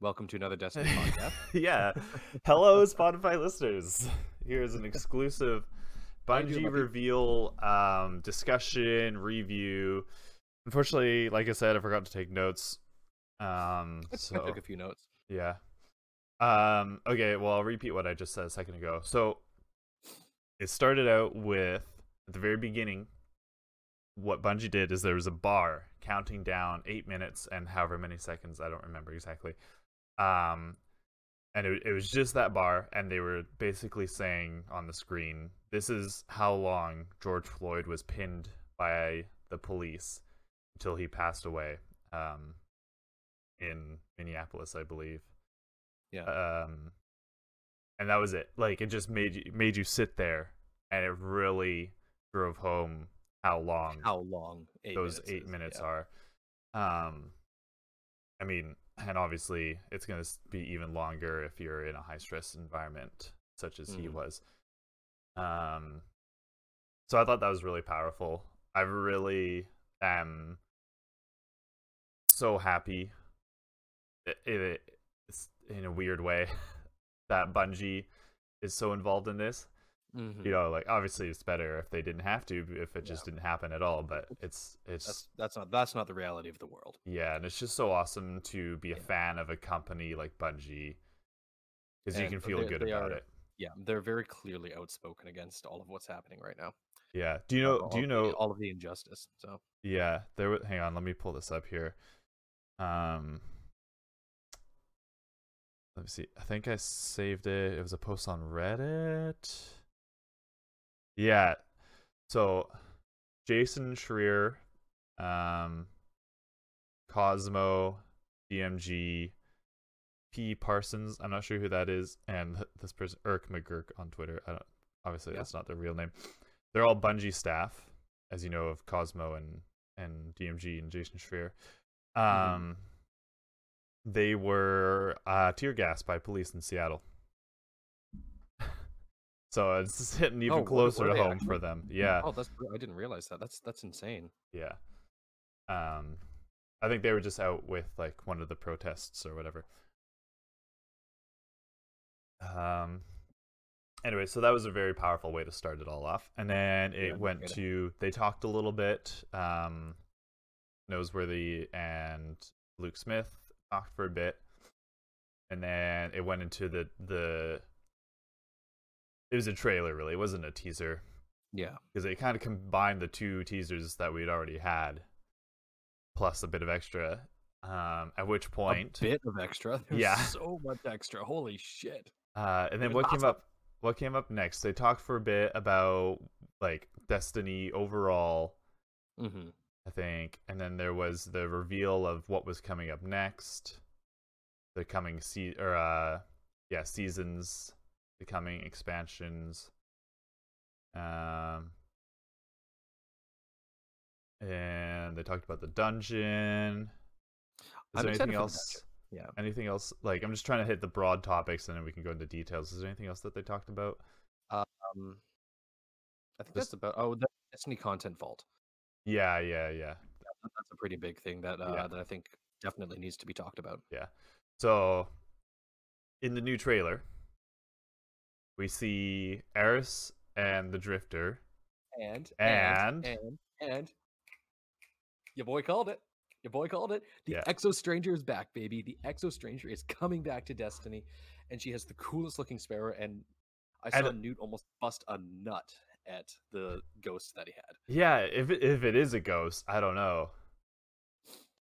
Welcome to another Destiny podcast. yeah. Hello, Spotify listeners. Here's an exclusive How you doing, Bungie Bucky? reveal um, discussion review. Unfortunately, like I said, I forgot to take notes. Um, I so took a few notes. yeah. Um, okay, well, I'll repeat what I just said a second ago. So it started out with at the very beginning. What Bungie did is there was a bar counting down eight minutes and however many seconds I don't remember exactly, um, and it, it was just that bar, and they were basically saying on the screen, "This is how long George Floyd was pinned by the police until he passed away." Um, in Minneapolis, I believe. Yeah. Um, and that was it. Like it just made you made you sit there, and it really drove home how long How long? Eight um, those minutes eight is, minutes yeah. are. Um, I mean, and obviously it's going to be even longer if you're in a high stress environment such as he Mhm. was. Um, so I thought that was really powerful. I really am so happy. It, it, it's in a weird way that Bungie is so involved in this Mhm. you know like obviously it's better if they didn't have to if it just didn't happen at all but it's it's That's that's not that's not the reality of the world. yeah and it's just so awesome to be a Yeah. fan of a company like bungie because you And can feel they- good they about are- it Yeah, they're very clearly outspoken against all of what's happening right now. yeah do you know all do you of the- know all of the injustice? So yeah there wa- hang on let me pull this up here um let me see i think i saved it it was a post on reddit yeah so Jason Schreier, um, Cosmo, DMG, P Parsons. I'm not sure who that is, and th- this person Irk McGurk on Twitter. I don't. Obviously, Yeah. that's not their real name. They're all Bungie staff, as you know of Cosmo and and DMG and Jason Schreier. Mhm. Um, they were uh, tear gassed by police in Seattle. so it's hitting even Oh, were- were closer to they home actually? for them. Yeah. oh, that's I didn't realize that. That's that's insane. Yeah. Um I think they were just out with like one of the protests or whatever. Um anyway, so that was a very powerful way to start it all off. And then it Yeah, went get it. to they talked a little bit. Um Noseworthy and Luke Smith talked for a bit. And then it went into the the it was a trailer really. It wasn't a teaser Yeah, because they kind of combined the two teasers that we'd already had, plus a bit of extra. Um, at which point, a bit of extra. There's Yeah. so much extra. Holy shit! uh, and then was what came awesome. up? What came up next? They talked for a bit about like Destiny overall, Mm-hmm. hmm I think, and then there was the reveal of what was coming up next, the coming se- or uh, yeah, seasons, the coming expansions. Um, and they talked about the dungeon. Is I'm excited there anything for the else? dungeon, Anything else? Like, I'm just trying to hit the broad topics, and then we can go into details. Is there anything else that they talked about? Um, I think This- that's about. Oh, the Destiny content vault. Yeah, yeah, yeah. That- That's a pretty big thing that uh, Yeah. that I think definitely needs to be talked about. So, in the new trailer, we see Eris and the Drifter. and and and, and your boy called it. Your boy called it. The Yeah. Exo Stranger is back, baby. The Exo Stranger is coming back to Destiny, and she has the coolest looking sparrow. And I And saw it- Newt almost bust a nut at the ghost that he had. Yeah, if it, if it is a ghost, I don't know.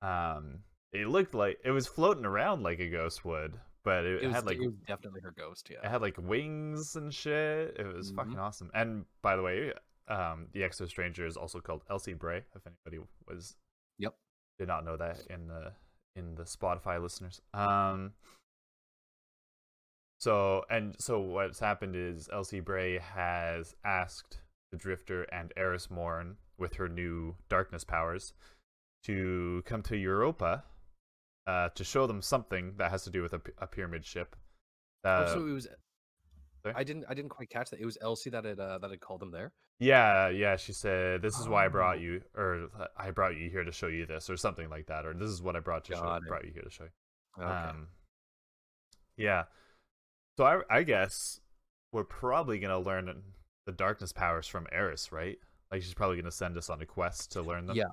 Um, it looked like it was floating around like a ghost would, but it, It, was, had like it was definitely her ghost. it Yeah, had like wings and shit. It was Mhm. fucking awesome. And by the way, um, the Exo Stranger is also called Elsie Bray. If anybody was, Yep. did not know that in the in the Spotify listeners. Um, so and so what's happened is Elsie Bray has asked the Drifter and Eris Morn with her new darkness powers to come to Europa. Uh, to show them something that has to do with a, p- a pyramid ship. Uh, also Oh, it was. sorry? I didn't. I didn't quite catch that. It was Elsie that had uh, that had called them there. Yeah, yeah, she said, "This is why I Oh. brought you, or uh, I brought you here to show you this, or something like that, or this is what I brought to show, Got it. brought you here to show you." Okay. Um, Yeah. So I I guess we're probably gonna learn the darkness powers from Eris, right? Like she's probably gonna send us on a quest to learn them. Yeah.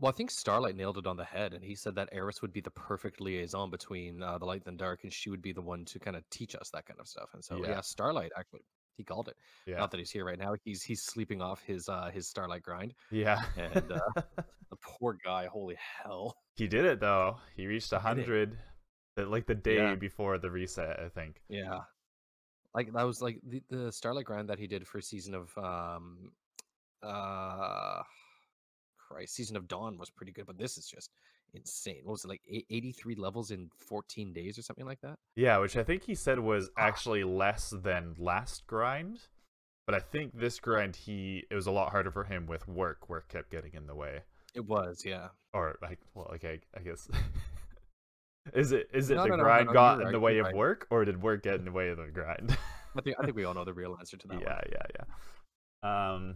Well, I think Starlight nailed it on the head, and he said that Eris would be the perfect liaison between uh, the light and the dark, and she would be the one to kind of teach us that kind of stuff. And so, Yeah. yeah, Starlight actually he called it. Yeah. Not that he's here right now; he's he's sleeping off his uh, his Starlight grind. yeah. And, uh, The poor guy, holy hell! he did it though. He reached a He did it. hundred the- like the day Yeah. before the reset, I think. Yeah, like that was like the, the Starlight grind that he did for season of um, uh, Christ, season of Dawn was pretty good, but this is just insane. What was it like eighty three levels in fourteen days or something like that? Yeah, which I think he said was Ah. actually less than last grind. But I think this grind he it was a lot harder for him with work. Work kept getting in the way. It was, yeah. Or like well, okay, I guess Is it is it No, the no, no, no, grind no, got you're in right, the you're way of right. work or did work get in the way of the grind? I think I think we all know the real answer to that. yeah, one. yeah, yeah. Um,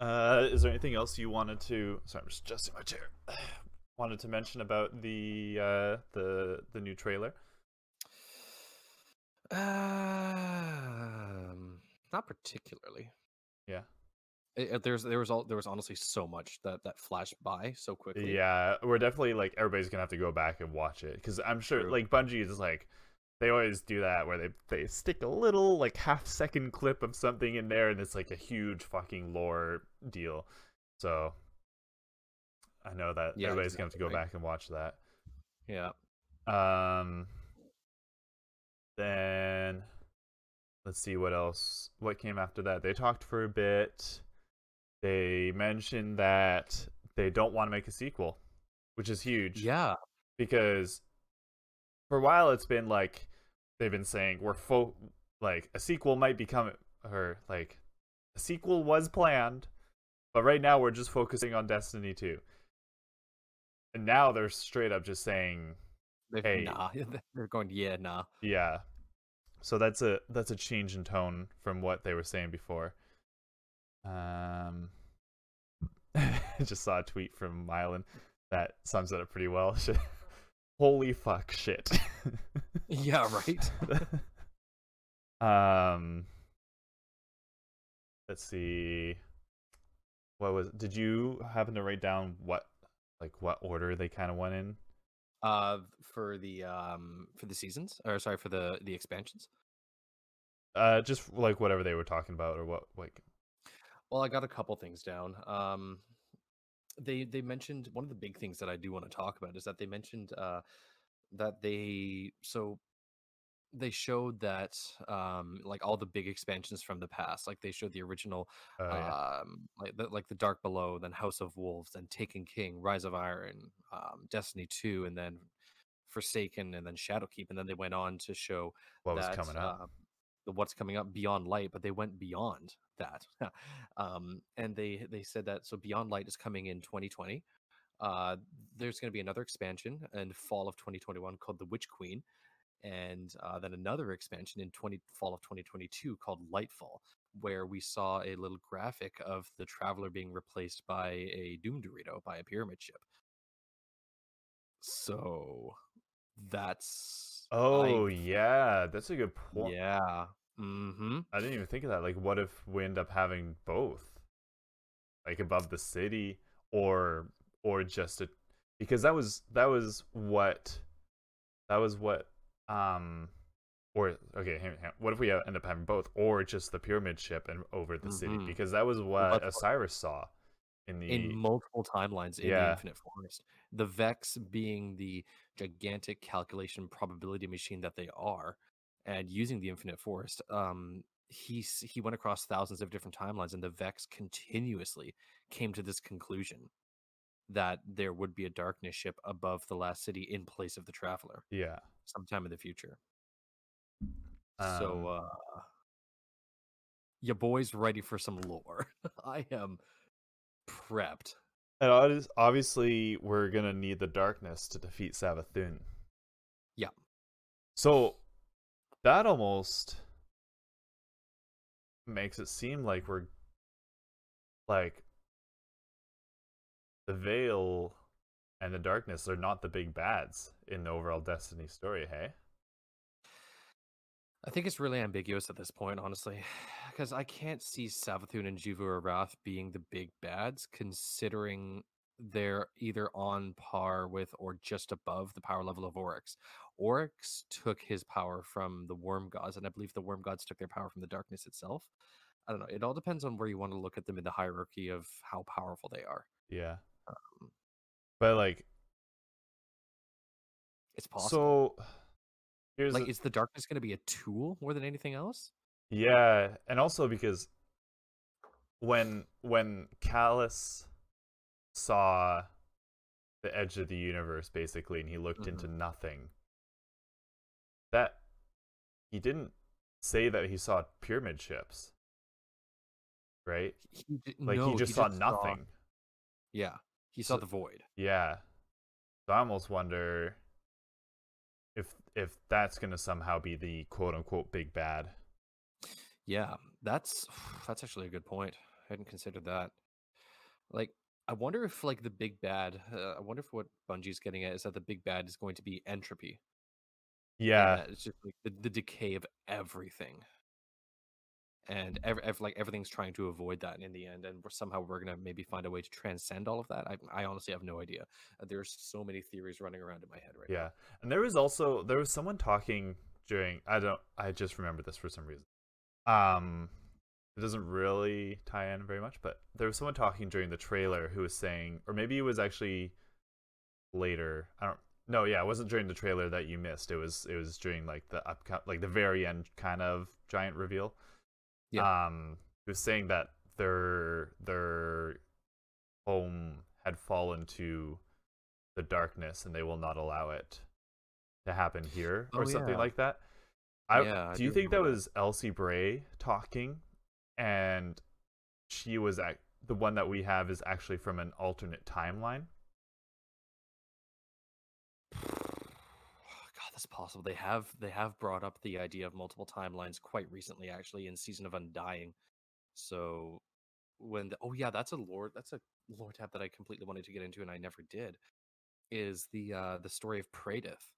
uh, is there anything else you wanted to? Sorry, I'm just adjusting my chair. wanted to mention about the uh, the the new trailer? Um, not particularly. Yeah. It- it- there's there was all there was honestly so much that that flashed by so quickly. Yeah, we're definitely like everybody's gonna have to go back and watch it because I'm sure True. like Bungie is like they always do that where they they stick a little like half second clip of something in there and it's like a huge fucking lore deal. So I know that Yeah, everybody's gonna have to go exactly, right. back and watch that. Yeah. Um, then let's see what else. What came after that? They talked for a bit. They mentioned that they don't want to make a sequel, which is huge Yeah. because for a while it's been like they've been saying we're fo- like a sequel might become or like a sequel was planned but right now we're just focusing on destiny 2 and now they're straight up just saying They're, Hey. Nah. They're going. Yeah. Nah. yeah. So that's a that's a change in tone from what they were saying before. Um I just saw a tweet from Mylan that sums it up pretty well. She- Holy fuck shit. Yeah. Right. um Let's see. What was did you happen to write down what like what order they kind of went in? uh, for the um for the seasons or sorry for the the expansions. Uh just like whatever they were talking about or what like Well, I got a couple things down. Um, they they mentioned one of the big things that I do want to talk about is that they mentioned uh, that they so they showed that um, like all the big expansions from the past, like they showed the original oh, yeah. um, like the, like the Dark Below, then House of Wolves, then Taken King, Rise of Iron, um, Destiny Two, and then Forsaken, and then Shadowkeep, and then they went on to show what was that, coming up? uh, the what's coming up beyond light, but they went beyond that, um, and they they said that so beyond light is coming in 2020. Uh, there's going to be another expansion in fall of 2021 called the Witch Queen, and uh, then another expansion in 20 fall of 2022 called Lightfall, where we saw a little graphic of the Traveler being replaced by a Doom Dorito by a pyramid ship. So that's I Oh yeah, that's a good point. yeah. Mm-hmm. I didn't even think of that. Like, what if we end up having both, like above the city, or or just a, because that was that was what, that was what, um, or okay, hang on, hang on. what if we uh, end up having both, or just the pyramid ship and over the city? Mhm. Because that was what that's what- Osiris saw in the In multiple timelines in Yeah. the Infinite Forest. The Vex being the gigantic calculation probability machine that they are, and using the Infinite Forest, um, he s- he went across thousands of different timelines, and the Vex continuously came to this conclusion that there would be a darkness ship above the last city in place of the traveler yeah. sometime in the future. Um, so uh your boy's ready for some lore. I am prepped. And obvi- obviously, we're gonna need the darkness to defeat Savathun. Yeah. So that almost makes it seem like we're like the veil and the darkness are not the big bads in the overall Destiny story, hey? I think it's really ambiguous at this point, honestly, because I can't see Savathun and Juvu or Wrath being the big bads, considering they're either on par with or just above the power level of Oryx. Oryx took his power from the Worm Gods, and I believe the Worm Gods took their power from the darkness itself. I don't know. It all depends on where you want to look at them in the hierarchy of how powerful they are. Yeah. Um, But like It's possible. so here's like, the- is the darkness going to be a tool more than anything else? Yeah, and also because when when Callus saw the edge of the universe basically and he looked into nothing that he didn't say that he saw pyramid ships right He d- like no, he just saw nothing yeah, he saw So- the void. yeah so i almost wonder if if that's gonna somehow be the quote unquote big bad Yeah, that's that's actually a good point. I hadn't considered that. Like, I wonder if like the big bad. Uh, I wonder if what Bungie's getting at is that the big bad is going to be entropy. in yeah that it's just like the, the decay of everything, and ev- ev- like everything's trying to avoid that in the end. And we're, somehow we're gonna maybe find a way to transcend all of that. I, I honestly have no idea. Uh, There's so many theories running around in my head right now. Yeah, and there was also there was someone talking during I don't I just remember this for some reason. Um, it doesn't really tie in very much, but there was someone talking during the trailer who was saying, or maybe it was actually later. I don't. No, yeah, it wasn't during the trailer that you missed. It was it was during like the upco- like the very end kind of giant reveal. Yeah. Um, who was saying that their their home had fallen to the darkness and they will not allow it to happen here or Oh, something yeah. like that. I, Yeah, I do you do think that remember that. was Elsie Bray talking and she was ac the one that we have is actually from an alternate timeline? Oh, God, that's possible. They have they have brought up the idea of multiple timelines quite recently, actually, in season of Undying. So when the, oh yeah, that's a lore that's a lore tab that I completely wanted to get into and I never did. Is the uh the story of Pradith.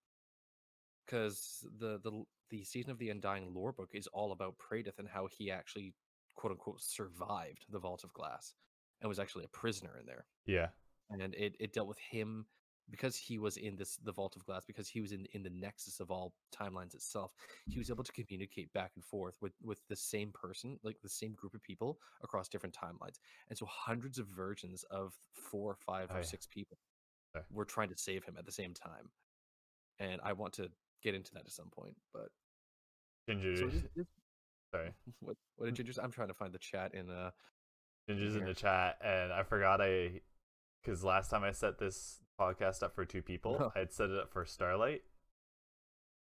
Because the the l- the season of the Undying lore book is all about Pradith and how he actually quote unquote survived the Vault of Glass and was actually a prisoner in there Yeah. and it, it dealt with him because he was in this the vault of glass because he was in in the nexus of all timelines itself he was able to communicate back and forth with with the same person like the same group of people across different timelines and so hundreds of versions of four five Oh, or yeah. six people Sorry. were trying to save him at the same time and i want to get into that at some point but Ginger, so it is- it- sorry. what, what did you just i'm trying to find the chat in uh Ginger's in Here. the chat, and I forgot I, because last time I set this podcast up for two people, I had set it up for Starlight.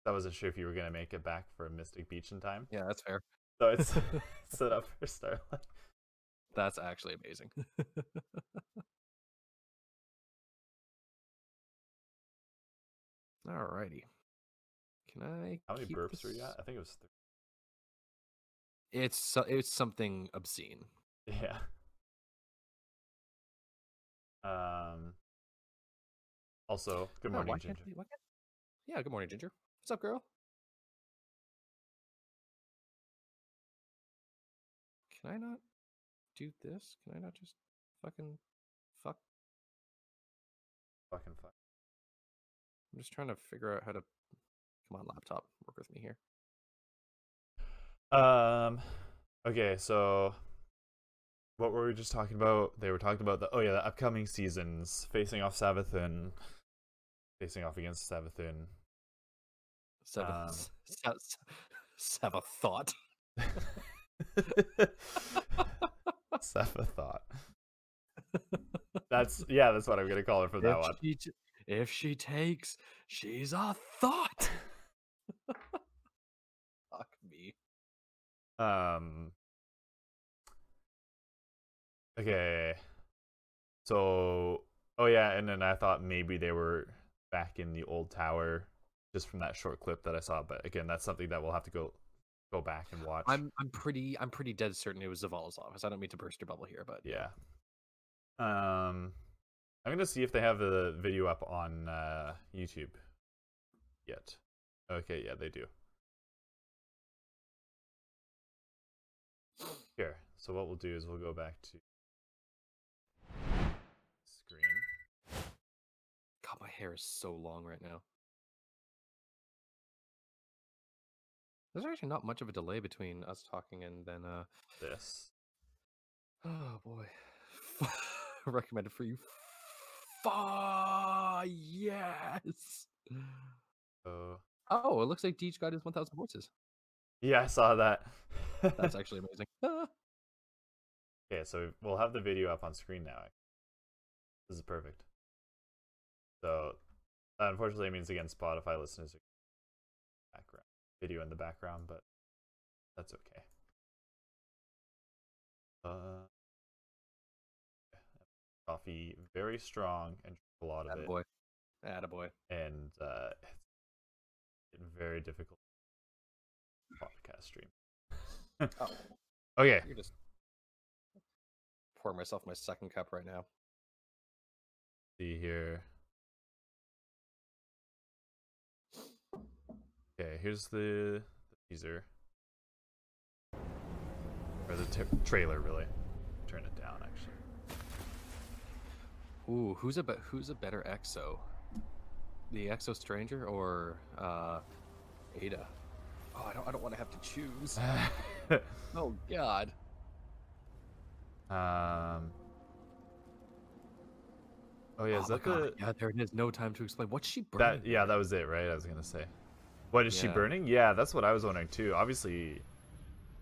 I wasn't sure if you were gonna make it back for Mystic Beach in time, yeah that's fair so it's set up for Starlight. that's actually amazing Alrighty. Can I? How many keep burps were this- you at? I think it was three. It's so- it's something obscene. Yeah. Um. Also, good Oh, morning, why can't Ginger. they- why can't- Yeah. Good morning, Ginger. What's up, girl? Can I not do this? Can I not just fucking fuck? Fucking fuck. I'm just trying to figure out how to. Come on, laptop, work with me here. Um. Okay, so what were we just talking about? They were talking about the oh yeah, the upcoming seasons facing off Savathun, facing off against Savathun. Um, Seventh, seventh thought. Savathot. That's yeah, that's what I'm gonna call it for that if one. She t- if she takes, she's a thought. Fuck me. Um. Okay. So, oh yeah, and then I thought maybe they were back in the old tower just from that short clip that I saw, but again, that's something that we'll have to go go back and watch. I'm I'm pretty I'm pretty dead certain it was Zavala's office. I don't mean to burst your bubble here, but yeah. Um I'm gonna see if they have the video up on uh, YouTube yet. Okay, yeah, they do. Here, so what we'll do is we'll go back to screen. God, my hair is so long right now. There's actually not much of a delay between us talking and then uh This. oh boy. Recommended for you. Fuck yes. Oh, Oh, it looks like Deej got his 1000 voices. yeah, I saw that. That's actually amazing. Ah. Okay, so we'll have the video up on screen now. This is perfect. So, that unfortunately means again, Spotify listeners are background video in the background, but that's okay. Uh, coffee very strong and drink a lot of it, Attaboy. Attaboy. and uh, it's getting very difficult to podcast stream. Oh, Okay, I can just pour myself my second cup right now. see here. Okay, here's the, the teaser. Or the t- trailer, really. Turn it down, actually. Ooh, who's a be- who's a better EXO? The EXO Stranger or uh, Ada? Oh, I don't I don't want to have to choose. oh God. um. Oh yeah, oh is my that God, the Yeah, there it is. No time to explain. What's she burning? that? Yeah, that was it, right? I was gonna say. What is she Yeah. burning? Yeah, that's what I was wondering too. Obviously,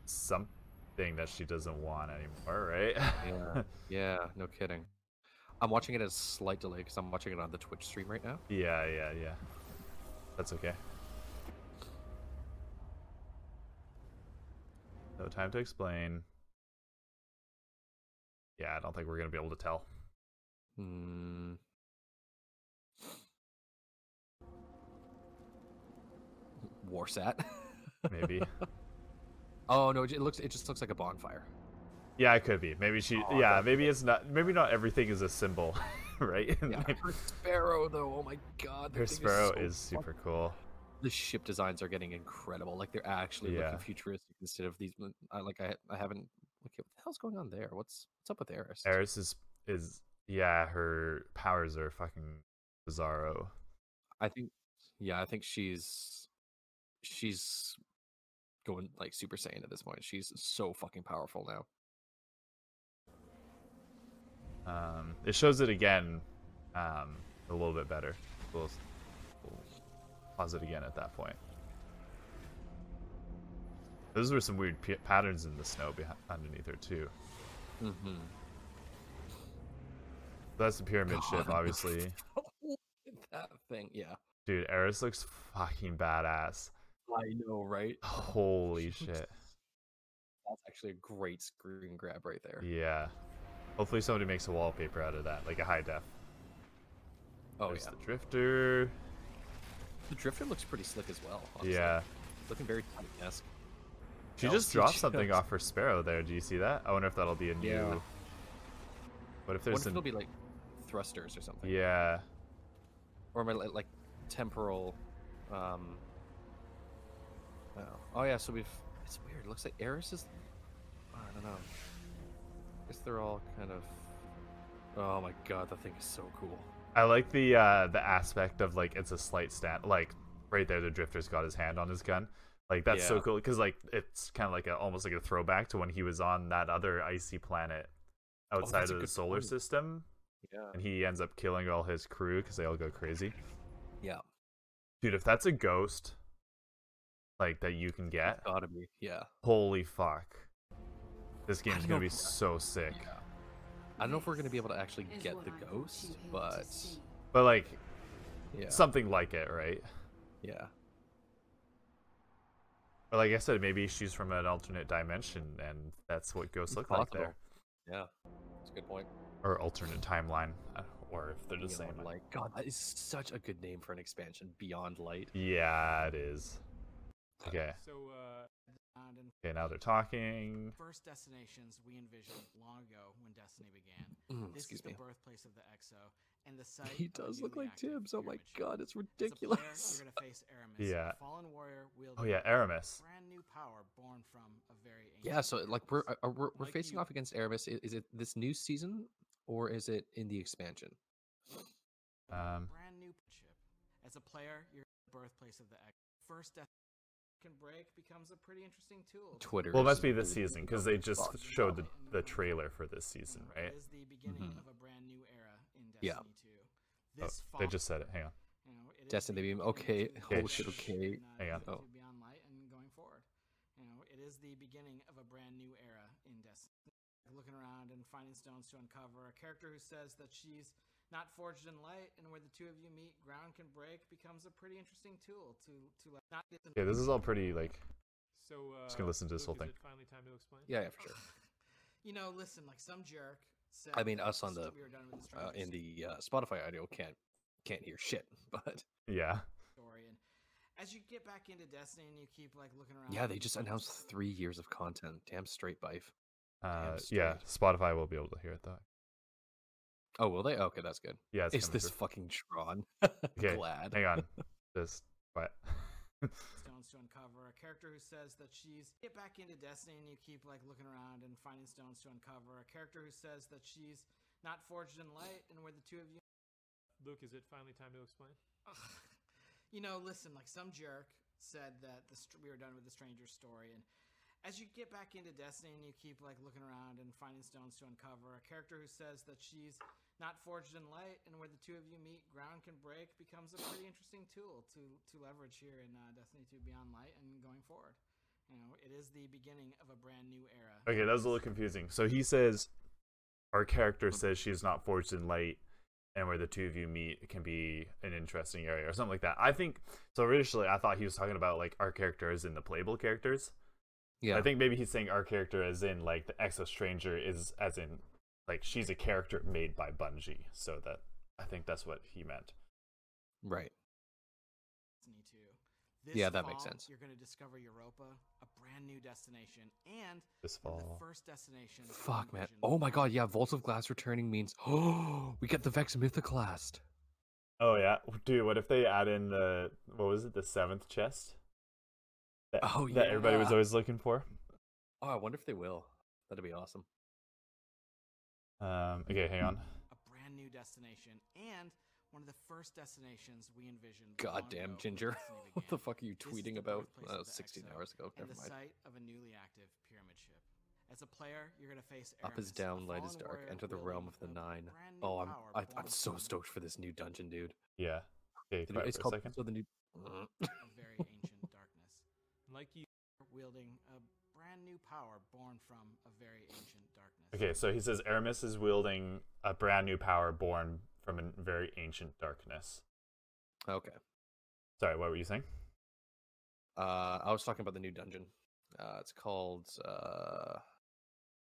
something that she doesn't want anymore, right? Yeah. yeah. No kidding. I'm watching it as slight delay because I'm watching it on the Twitch stream right now. Yeah, yeah, yeah. That's okay. No time to explain. Yeah, I don't think we're gonna be able to tell. Hmm. Warsat. Maybe. oh no! It it looks. It just looks like a bonfire. yeah, it could be. Maybe she. Oh, yeah, that's maybe it's not. Maybe not everything is a symbol, right? Yeah, her sparrow though. Oh my god, Her that thing sparrow so is fuck- super cool. The ship designs are getting incredible. Like they're actually Yeah. looking futuristic instead of these. m- I, like I, I haven't. Okay, what the hell's going on there? What's what's up with Eris? Eris is is yeah. Her powers are fucking bizarro. I think, yeah, I think she's she's going like Super Saiyan at this point. She's so fucking powerful now. Um, it shows it again um, a little bit better. We'll, we'll pause it again at that point. Those were some weird p- patterns in the snow behi- underneath her too. Mm-hmm. That's the pyramid ship, obviously. that thing, yeah. Dude, Eris looks fucking badass. I know, right? Holy shit. That's actually a great screen grab right there. Yeah. Hopefully somebody makes a wallpaper out of that, like a high def. Oh There's yeah, the drifter. the Drifter looks pretty slick as well. honestly. Yeah. looking very Titan-esque. She That just was dropped huge. something off her sparrow there. Do you see that? I wonder if that'll be a new. Yeah. What if What there's if it'll an. be like thrusters or something? Yeah. Or am I, like, like temporal? Um. Oh. oh yeah, so we've. It's weird. It looks like Eris is. I don't know. I guess they're all kind of. Oh my god, that thing is so cool. I like the uh the aspect of like it's a slight stand. Like right there, the drifter's got his hand on his gun. Like that's so Yeah. cool because like it's kind of like a almost like a throwback to when he was on that other icy planet Oh, that's outside a of the good solar point. system, Yeah. and he ends up killing all his crew because they all go crazy. Yeah. Dude, if that's a ghost, like that you can get, Gotta be. Yeah. holy fuck, this game's don't gonna know be if- so sick. I don't know if we're gonna be able to actually Is get what the I want you ghost, here to but see. But like yeah, something like it, right? yeah, Or like I said, maybe she's from an alternate dimension, and that's what ghosts It's look like possible. there, yeah. That's a good point. or alternate timeline, uh, or if they're the same. Beyond Light. God, that is such a good name for an expansion. Beyond Light. Yeah, it is. Okay. So, uh, sound and Okay, now they're talking. first destinations we envisioned long ago when Destiny began. Mm, This excuse is the me. birthplace of the EXO and the site. He of a does look newly like active Tibbs. Oh my pyramid shaft. god, it's As a player, ridiculous. you're gonna face Aramis, Yeah. a fallen warrior wielding Oh yeah, Aramis. brand new power born from a very ancient Yeah, so like we're purpose. uh, we're, we're Like facing you- off against Aramis. I- Is it this new season or is it in the expansion? Um, brand new chip. As a player, you're the birthplace of the X. First death can break becomes a pretty interesting tool. to Twitter. Well, it is must be the- this season because they just Fuck. showed the, the trailer for this season, explore. right? It is the beginning Mhm. of a brand new era in Yeah. Destiny 2. Oh, This they fall- just said it. Hang on. you know, it is Destiny the Beam, beginning okay, to oh Okay, shit, progression okay, and, uh, hang on. to- Oh. to Beyond Light and going forward. You know, it is the beginning of a brand new era in Destiny. Looking around and finding stones to uncover a character who says that she's not forged in light, and where the two of you meet, ground can break becomes a pretty interesting tool to to like, not. Yeah, this is all pretty like. So uh, Just gonna listen to this Luke, whole thing. is it finally time to explain. Yeah, yeah, for sure. You know, listen, like some jerk. Said I mean, us on "Shit, the we were done with this uh, Dragon in the uh, Spotify audio can't can't hear shit, but Yeah, story, and as you get back into Destiny and you keep like looking around. yeah, and they you just find announced stuff- three years of content. Damn straight bife. uh, straight. yeah. Spotify will be able to hear it though. Oh, will they? Okay, that's good. Yeah, it's Is coming this through. fucking Tron? Okay, Glad. Hang on. Just but stones to uncover a character who says that she's get back into destiny and you keep like looking around and finding stones to uncover a character who says that she's not forged in light and where the two of you Luke, is it finally time to explain? Ugh. you know listen like some jerk said that the str- we were done with the stranger's story and as you get back into destiny and you keep like looking around and finding stones to uncover a character who says that she's not forged in light and where the two of you meet ground can break becomes a pretty interesting tool to to leverage here in uh, destiny 2 beyond light and going forward you know it is the beginning of a brand new era okay, that was a little confusing. So he says, our character says she's not forged in light, and where the two of you meet can be an interesting area or something like that. I think so. Originally, I thought he was talking about like our character is in the playable characters. Yeah, I think maybe he's saying our character as in like the Exo Stranger is as in like she's a character made by Bungie. So that I think that's what he meant. right. Destiny 2. This Yeah, that makes fall, sense. You're going to discover Europa, a brand new destination, and This one of fall. the first destination. we Fuck, man. envisioned. Oh my god, yeah, Vault of Glass returning means oh, we get the Vex Mythoclast. Oh yeah, dude. What if they add in the what was it the seventh chest? That, Oh, that everybody was yeah. always looking for. Oh, I wonder if they will. That'd be awesome. Um, okay, hang Hmm. on. A brand new destination, and one of the first destinations we envisioned. long ago Goddamn, when Ginger. Destiny what the began, fuck are you This is tweeting the about birthplace uh, of the 16 Exo hours ago? And Never the mind. site of a newly active pyramid ship. As a player, you're going to face Up is Aramis, a down, light is fallen dark. warrior Enter the realm wielding of the a nine. brand new Oh, I'm power I, born I'm so from stoked for this new dungeon, dude. Yeah. Okay, Dude, quiet it's for called a second. so the new. Mm. A very ancient darkness. Like you, wielding a brand new power born from a very ancient darkness. Okay, so he says Aramis is wielding a brand new power born from a very ancient darkness. okay. Sorry, what were you saying? Uh, I was talking about the new dungeon. Uh, it's called uh,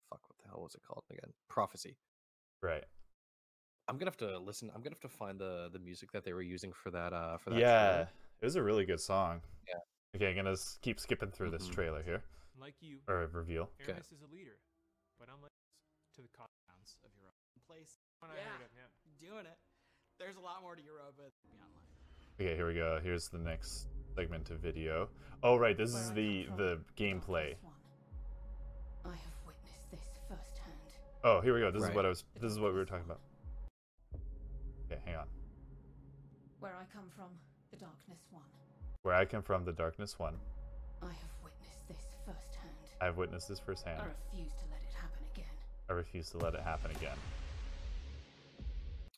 fuck. What the hell was it called again? Prophecy. Right. I'm gonna have to listen. I'm gonna have to find the the music that they were using for that. Uh, for that. yeah, trailer. it was a really good song. Yeah. Okay, I'm gonna s- keep skipping through this Mhm. trailer here like you, or reveal. Okay. Aramis is a leader, but unlike to the con- Grounds of your own place. one I Yeah. heard of him. Doing it. There's a lot more to Europa than Beyond Light. Okay, here we go. Here's the next segment of video. Oh right, this is the the gameplay. I have witnessed this firsthand. Oh, here we go. This is Right. what I was. This is what we were talking about. Okay, hang on. Where I come from, the Darkness One. Where I come from, the darkness one. I have witnessed this firsthand. I've witnessed this firsthand. I refuse to let it happen again. I refuse to let it happen again.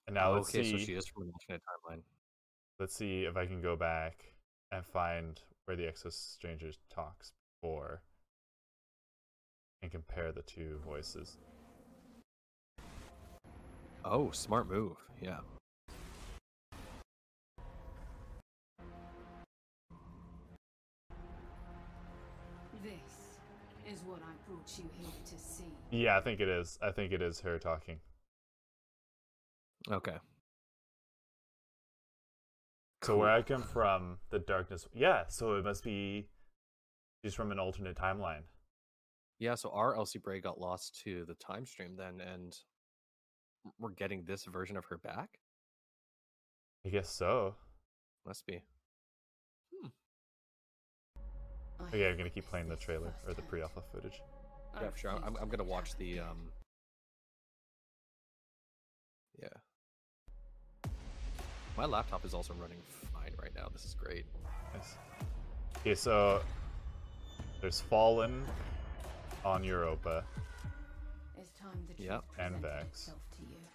And now Oh, let's okay, see. so she is from an alternate timeline. Let's see if I can go back and find where the Exo Strangers talks before, and compare the two voices. Oh, smart move. Yeah. This is what I brought you here to see. Yeah, I think it is. I think it is her talking. Okay. So where Cool. I come from, the darkness. Yeah, so it must be She's from an alternate timeline. Yeah, so our Elsie Bray got lost to the time stream then, and we're getting this version of her back. I guess so. Must be. I Okay, I'm feel gonna keep this playing the thing trailer or the firsthand. pre-alpha footage. I Yeah, sure. I'm- I'm, refuse I'm to gonna watch let the go. um. Yeah. My laptop is also running fine right now. This is great. Nice. Okay, so there's Fallen on Europa. It's time the Yep. truth And presented Vax. itself to you.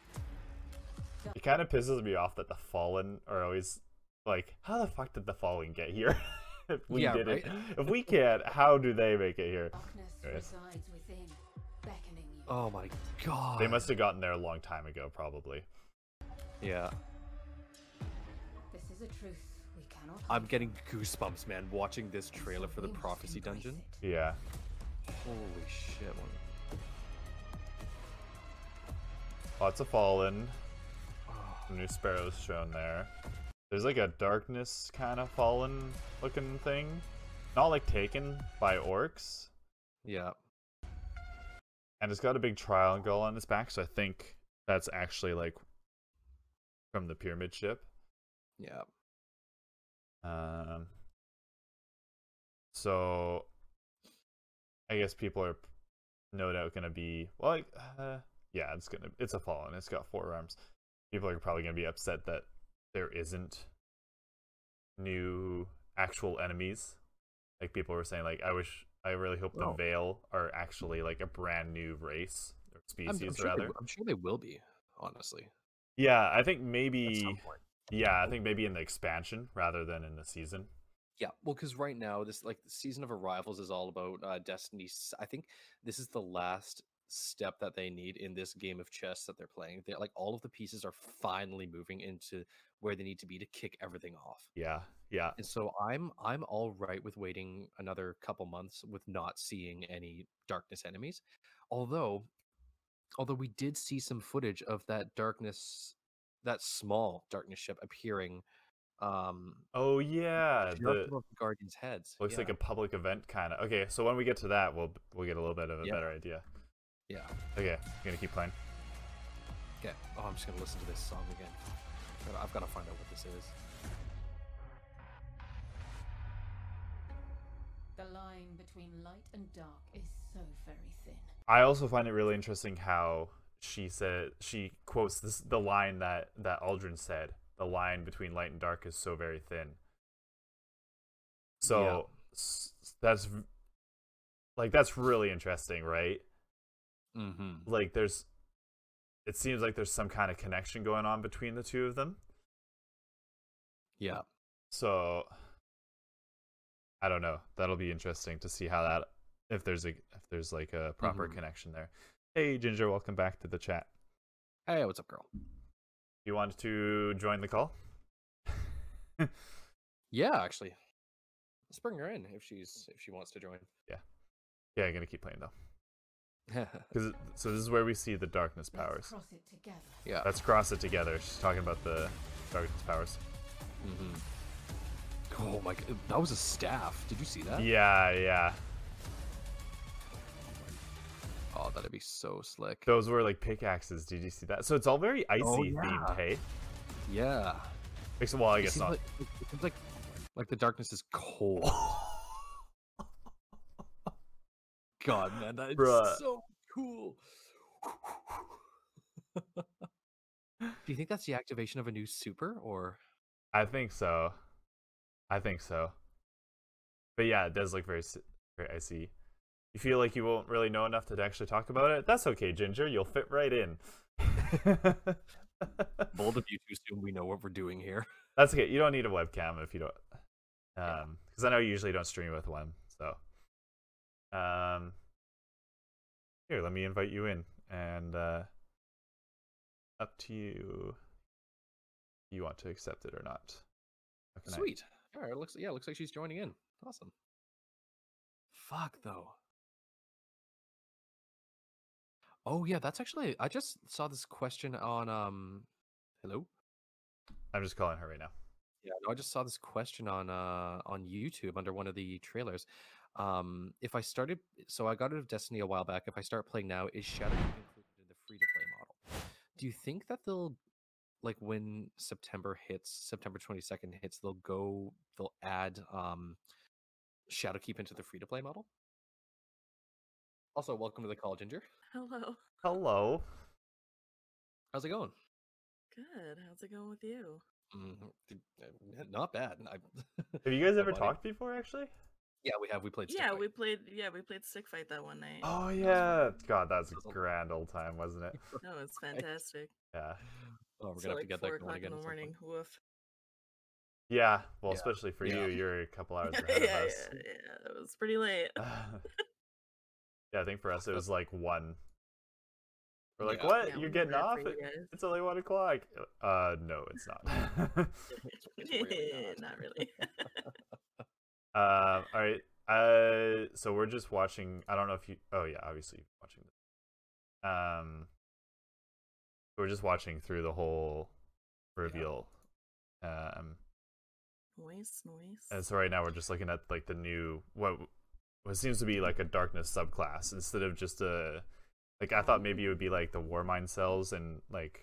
It kind of pisses me off that the Fallen are always like, how the fuck did the Fallen get here? if we Yeah, did it, right? if we can't, how do they make it here? Darkness Anyways. resides within, beckoning you. Oh my god. They must have gotten there a long time ago, probably. Yeah. This is a truth we cannot. I'm hide, getting goosebumps, man, watching this and trailer so for the we must Prophecy embrace Dungeon. it. Yeah. Holy shit, man. Lots of fallen. Oh. Some new sparrows shown there. There's like a darkness kind of fallen looking thing. Not like taken by orcs. Yeah. And it's got a big triangle on its back, so I think that's actually like from the pyramid ship. Yeah. Um, so I guess people are p- no doubt gonna be well, like, uh, yeah, it's gonna it's a fallen. It's got four arms. People are probably gonna be upset that there isn't new actual enemies. Like people were saying, like I wish I really hope the No. Veil are actually like a brand new race or I'm, I'm species sure they, rather. w- I'm sure they will be, honestly. Yeah, I think At maybe some point. yeah, I think maybe in the expansion rather than in the season. Yeah, well, because right now this like the season of arrivals is all about uh, Destiny. s- I think this is the last step that they need in this game of chess that they're playing. They're like all of the pieces are finally moving into where they need to be to kick everything off. Yeah, yeah. And so I'm I'm all right with waiting another couple months with not seeing any darkness enemies. Although although we did see some footage of that darkness that small darkness ship appearing um Oh yeah, just the, above the guardians' heads. looks like yeah. a public event kind of. Okay, so when we get to that, we'll we'll get a little bit of a Yeah. better idea. Yeah. Okay, I'm gonna keep playing. Okay. Oh, I'm just gonna listen to this song again. Gotta- I've got to find out what this is. The line between light and dark is so very thin. I also find it really interesting how she said she quotes this the line that that Aldrin said. The line between light and dark is so very thin. So s- that's v- like that's really interesting, right? Mm-hmm. Like there's it seems like there's some kind of connection going on between the two of them. Yeah. So I don't know. That'll be interesting to see how that if there's a if there's like a proper Mhm. connection there. Hey Ginger, welcome back to the chat. Hey, what's up, girl? You want to join the call? Yeah, actually, let's bring her in if she's if she wants to join. Yeah, I'm gonna keep playing though. Cause it- so this is where we see the darkness Let's powers. cross it together. yeah. Let's cross it together. She's talking about the darkness powers. Mm-hmm. Oh my! g- That was a staff. Did you see that? Yeah, yeah. Oh, that'd be so slick. Those were like pickaxes. Did you see that? So it's all very icy Oh, yeah. themed, hey? yeah. Except, well, I It guess seems not. Like, it it seems like like the darkness is cold. God, man, that Bruh. is so cool. Do you think that's the activation of a new super or? I think so. I think so. But yeah, it does look very, s- very icy. You feel like you won't really know enough to actually talk about it? That's okay, Ginger. You'll fit right in. Bold of you to assume we know what we're doing here. That's okay. You don't need a webcam if you don't. Yeah. Um, because I know you usually don't stream with one. So, um, here, let me invite you in, and uh, up to you. You want to accept it or not? How can I- Sweet. All right. It looks yeah. It looks like she's joining in. Awesome. Fuck though. Oh yeah, that's actually. I just saw this question on um. Hello. I'm just calling her right now. Yeah, no, I just saw this question on uh on YouTube under one of the trailers. Um, if I started, so I got out of Destiny a while back. If I start playing now, is Shadow Keep included in the free to play model? Do you think that they'll, like, when September hits, September 22nd hits, they'll go, they'll add um, Shadow Keep into the free to play model? Also, welcome to the call, Ginger. Hello. Hello. How's it going? Good. How's it going with you? Mm, d- uh, n- not bad. I, Have you guys my ever buddy- talked before, actually? Yeah, we have. We played. Stick yeah, Fight. we played. Yeah, we played Stick Fight that one night. Oh yeah. God, that was That was a- a grand old time, wasn't it? No, it's fantastic. Yeah. Oh, we're Till, gonna have like to get four that going o'clock again. in the at some point. morning. Woof. Yeah. Well, Yeah. especially for Yeah. you, you're a couple hours yeah, ahead yeah, of us. yeah. It was pretty late. yeah, I think for us it was like one. We're like, Yeah. what? Yeah, You're we getting were off? for you guys. It's only one o'clock. Uh, no, it's not. It's really Eh, Not really. Um, all right. Uh, so we're just watching. I don't know if you. Oh yeah, obviously you're watching. This. Um, we're just watching through the whole reveal. Um, noise, noise. and so right now we're just looking at like the new what what seems to be like a darkness subclass instead of just a like I thought maybe it would be like the warmind cells and like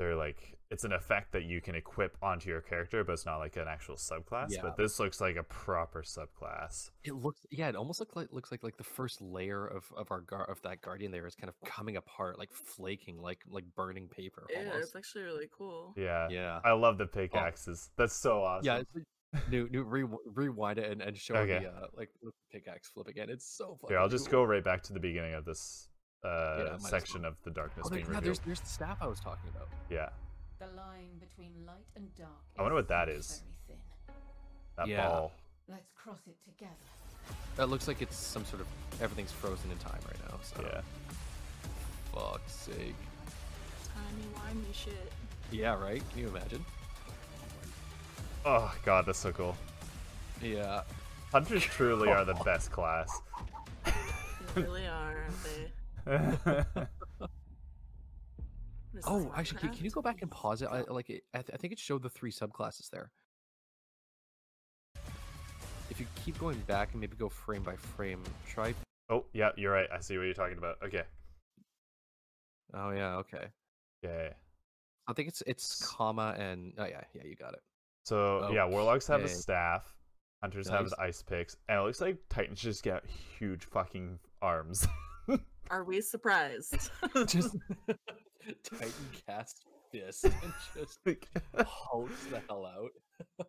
they're like it's an effect that you can equip onto your character, but it's not like an actual subclass. Yeah. But this looks like a proper subclass. It looks, yeah, it almost looks like looks like like the first layer of of our gar- of that guardian layer is kind of coming apart, like flaking, like like burning paper. yeah, almost. it's actually really cool. Yeah. yeah, Oh. I love the pickaxes. That's so awesome. yeah. It's like, new new re- rewind it and, and show Okay. the uh, like the pickaxe flip again. It's so fun. Here, I'll just go right back to the beginning of this uh Yeah, might as section well. of the darkness Oh, there- being yeah, revealed. there's there's the staff I was talking about. Yeah. The line between light and dark. I wonder is what that very is. thin. That Yeah. ball. Let's cross it together. That looks like it's some sort of everything's frozen in time right now. So Yeah. fuck's sake. Timey wimey shit. Yeah, right. Can you imagine? Oh god, that's so cool. Yeah. Hunters truly are the best class. They really are, aren't they? This is Oh, actually, can, Minecraft. can you go back and pause it? I, like, it, I, th- I think it showed the three subclasses there. If you keep going back and maybe go frame by frame, try. oh, yeah, you're right. I see what you're talking about. Okay. Oh yeah, okay. Yeah. I think it's it's comma and oh yeah, yeah, you got it. So yeah, warlocks have a Okay. staff. Hunters have the ice picks, and it looks like Titans just get huge fucking arms. Are we surprised? Just Titan cast fist and just hulks the hell out.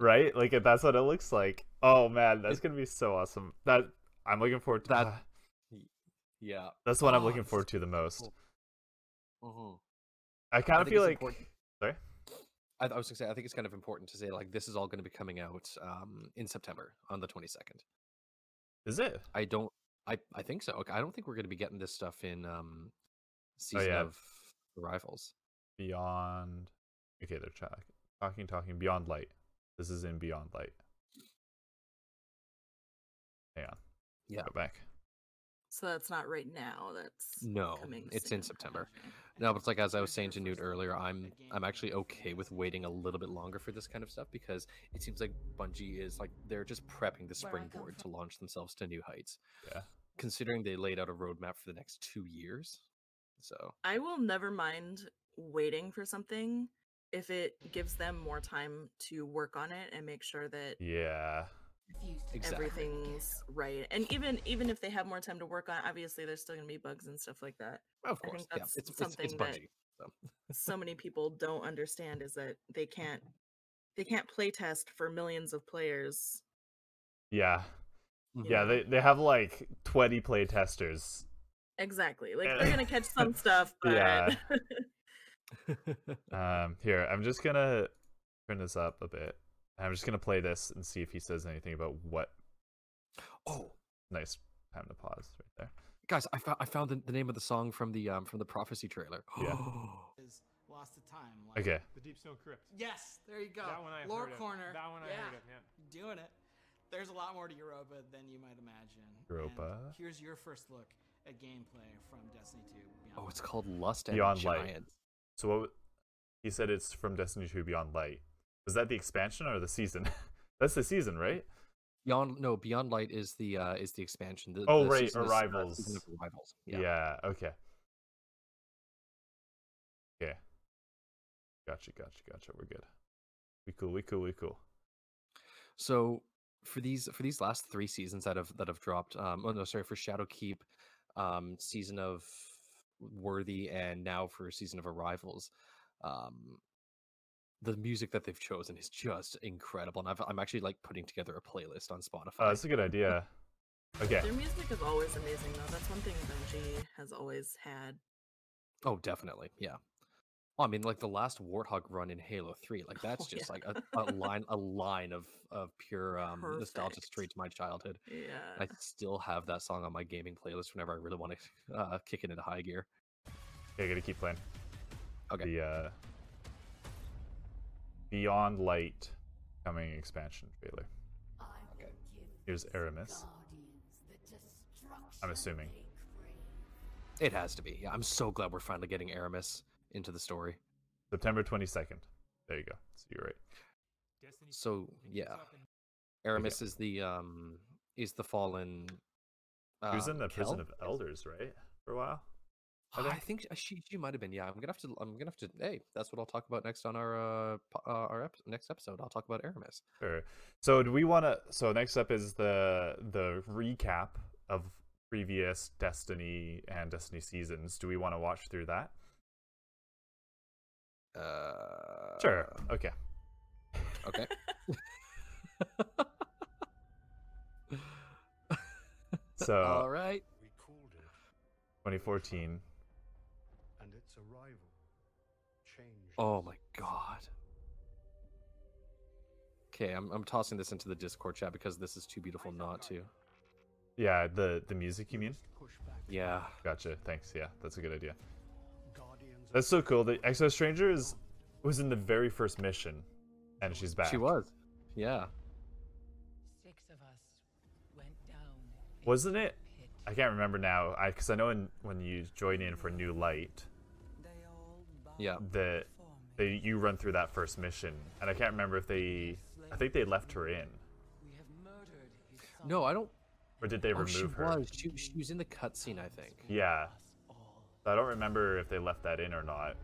right? Like if that's what it looks like. Oh man, that's gonna be so awesome. That I'm looking forward to. uh, That- Yeah. that's what I'm Oh, looking it's forward to the most. cool. Mhm. I kind of think feel it's like important. sorry? I, I was gonna say I think it's kind of important to say like this is all going to be coming out um, in September on the twenty second. is it? I don't. I I think so. Like, I don't think we're gonna be getting this stuff in um Oh, season yeah. of arrivals. Beyond. Okay, they're tra- talking, talking. Beyond light. This is in Beyond Light. Hang on. Yeah. Go back. so that's not right now. That's No, coming it's in soon. September. Okay. No, but it's like as I was Here's saying your to Newt first look earlier, at the I'm game I'm that actually was okay with announced. waiting a little bit longer for this kind of stuff because it seems like Bungie is like they're just prepping the Where I come springboard to from. launch themselves to new heights. Yeah. Considering they laid out a roadmap for the next two years, so I will never mind waiting for something if it gives them more time to work on it and make sure that Yeah. Refuse to Exactly. everything's right. And even even if they have more time to work on, it, obviously there's still gonna be bugs and stuff like that. of I think course, yeah, that's it's, it's it's something that- Bungie. so many people don't understand is that they can't they can't play test for millions of players. Yeah. Mhm. Yeah, they, they have like 20 play testers. Exactly. Like Yeah. they're gonna catch some stuff, but Yeah. Mm-hmm. yeah, Um, here, I'm just going to turn this up a bit. I'm just going to play this and see if he says anything about what. oh, Nice time to pause right there. guys, I found I found the, the name of the song from the um from the prophecy trailer. Yeah. Is lost to time. Like, Okay. The Deep Stone Crypt. Yes, there you go. That one I have Lore heard of. corner. That one I yeah, heard of. Yeah. you're doing it. There's a lot more to Europa than you might imagine. And Europa? here's your first look at gameplay from Destiny 2. Beyond oh, it's Light. called Lust and Beyond Light. Giants. So what? w- He said it's from Destiny 2 Beyond Light. Was that the expansion or the season? That's the season, right? Beyond no, Beyond Light is the uh is the expansion. The, Oh, the right, season is, uh, season Arrivals. of Arrivals. Yeah. Yeah. okay. Okay. Gotcha, gotcha, gotcha. We're good. We cool, we cool, we cool. So for these for these last three seasons that have that have dropped, um, oh no, sorry, for Shadow Keep, um, season of Worthy, and now for season of Arrivals, um, the music that they've chosen is just incredible, and I've, I'm actually like putting together a playlist on Uh, Spotify. that's a good idea. Okay. Their music is always amazing, though. That's one thing Bungie has always had. oh, definitely, yeah. Well, I mean, like the last Warthog run in Halo Three, like that's Oh, just yeah. like a, a line a line of of pure um, nostalgia Perfect. Uh-huh. straight to my childhood. Yeah. I still have that song on my gaming playlist whenever I really want to uh, kick it into high gear. Okay, I gotta keep playing. Okay. The uh, Beyond Light coming expansion trailer. Here's Aramis. I'm assuming. It has to be. Yeah, I'm so glad we're finally getting Aramis into the story. September 22nd. There you go. So you're right. Destiny. So picked this yeah, up and- Aramis is the um is the fallen. Uh, he was in the prison Kel? of elders, right? For a while. I I think sh- she she might have been. Yeah, I'm gonna have to. I'm gonna have to. Hey, that's what I'll talk about next on our uh, po- uh our ep- next episode. I'll talk about Aramis. Sure. So do we want to? So next up is the the recap of previous Destiny and Destiny seasons. Do we want to watch through that? Uh, Sure. Okay. Okay. So All right. We called it, 2014. and its arrival changed. Oh my god. Okay, I'm, I'm tossing this into the Discord chat because this is too beautiful not to. Yeah, the the music you mean? Push back. Yeah. Gotcha. Thanks. Yeah, that's a good idea. Guardians That's so cool. The Exo Stranger is was in the very first mission, and she's back. She was. Yeah. Six of us went down. in Wasn't the it? pit. I can't remember now. I because I know in, when you join in for New Light, They all bowed Yeah. the before me. they, you run through that first mission, and I can't remember if they. I think they left her in, We have murdered his son. No, I don't. or did they oh, she remove her? was. She, she was in the cutscene, I think. Yeah, Us all. I don't remember if they left that in or not.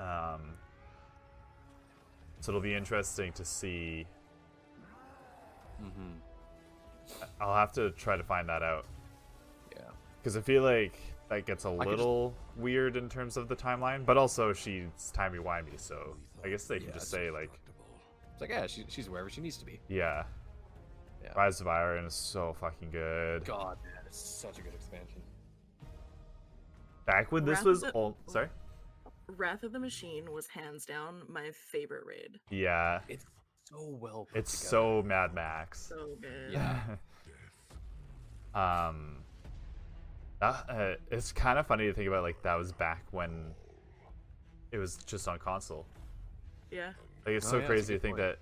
Um, so it'll be interesting to see. Mm-hmm. I'll have to try to find that out Yeah. because I feel like that gets a could just- little weird in terms of the timeline, but also she's timey wimey, so I guess they can Yeah, just it's say like, It's like, yeah, she, she's wherever she needs to be. yeah. Yeah. Rise of Iron is so fucking good. God, man, it's such a good expansion. Back when this Wrath was of the- all sorry, Wrath of the Machine was hands down my favorite raid. yeah, It's so well. Put it's together. so Mad Max. So good. Yeah. um that, uh, it's kind of funny to think about like that was back when it was just on console Yeah. like it's Oh, so yeah, that's a crazy to good think point.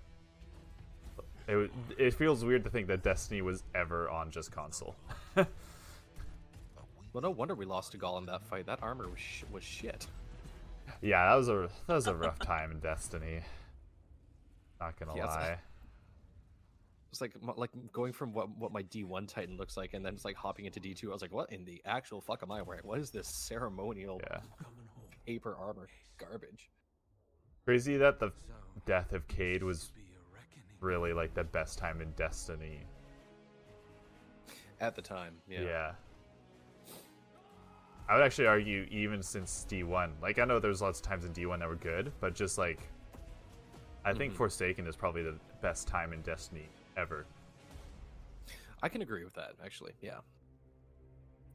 that it, wa- it feels weird to think that destiny was ever on just console Well, no wonder we lost to Gaul in that fight. That armor was, sh- was shit. yeah that was a that was a rough time in destiny not gonna Yeah, it's- lie It's like m- like going from what what my D one Titan looks like, and then it's like hopping into D two. I was like, what in the actual fuck am I wearing? What is this ceremonial yeah paper armor garbage? crazy that the death of cade was really like the best time in destiny At the time, yeah. Yeah. I would actually argue even since D1. Like I know there's lots of times in D1 that were good, but just like I think Forsaken is probably the best time in Destiny ever. I can agree with that actually. Yeah,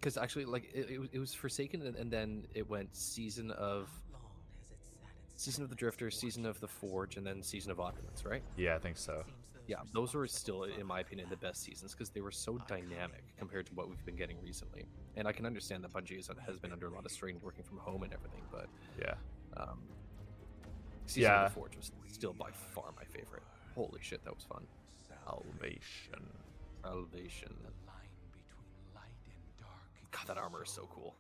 because actually, like it, it, was- it was Forsaken, and, and then it went season of Long as it sat in season of the Drifter, season of the Forge, and then season of Opulence, right? Yeah, I think so. Yeah, those were still, in my opinion, the best seasons because they were so dynamic compared to what we've been getting recently. And I can understand that Bungie is, has been under a lot of strain working from home and everything, but Yeah. um, season Yeah. of the Forge was still by far my favorite. Holy shit, that was fun! Salvation. Salvation. God, that armor is so cool.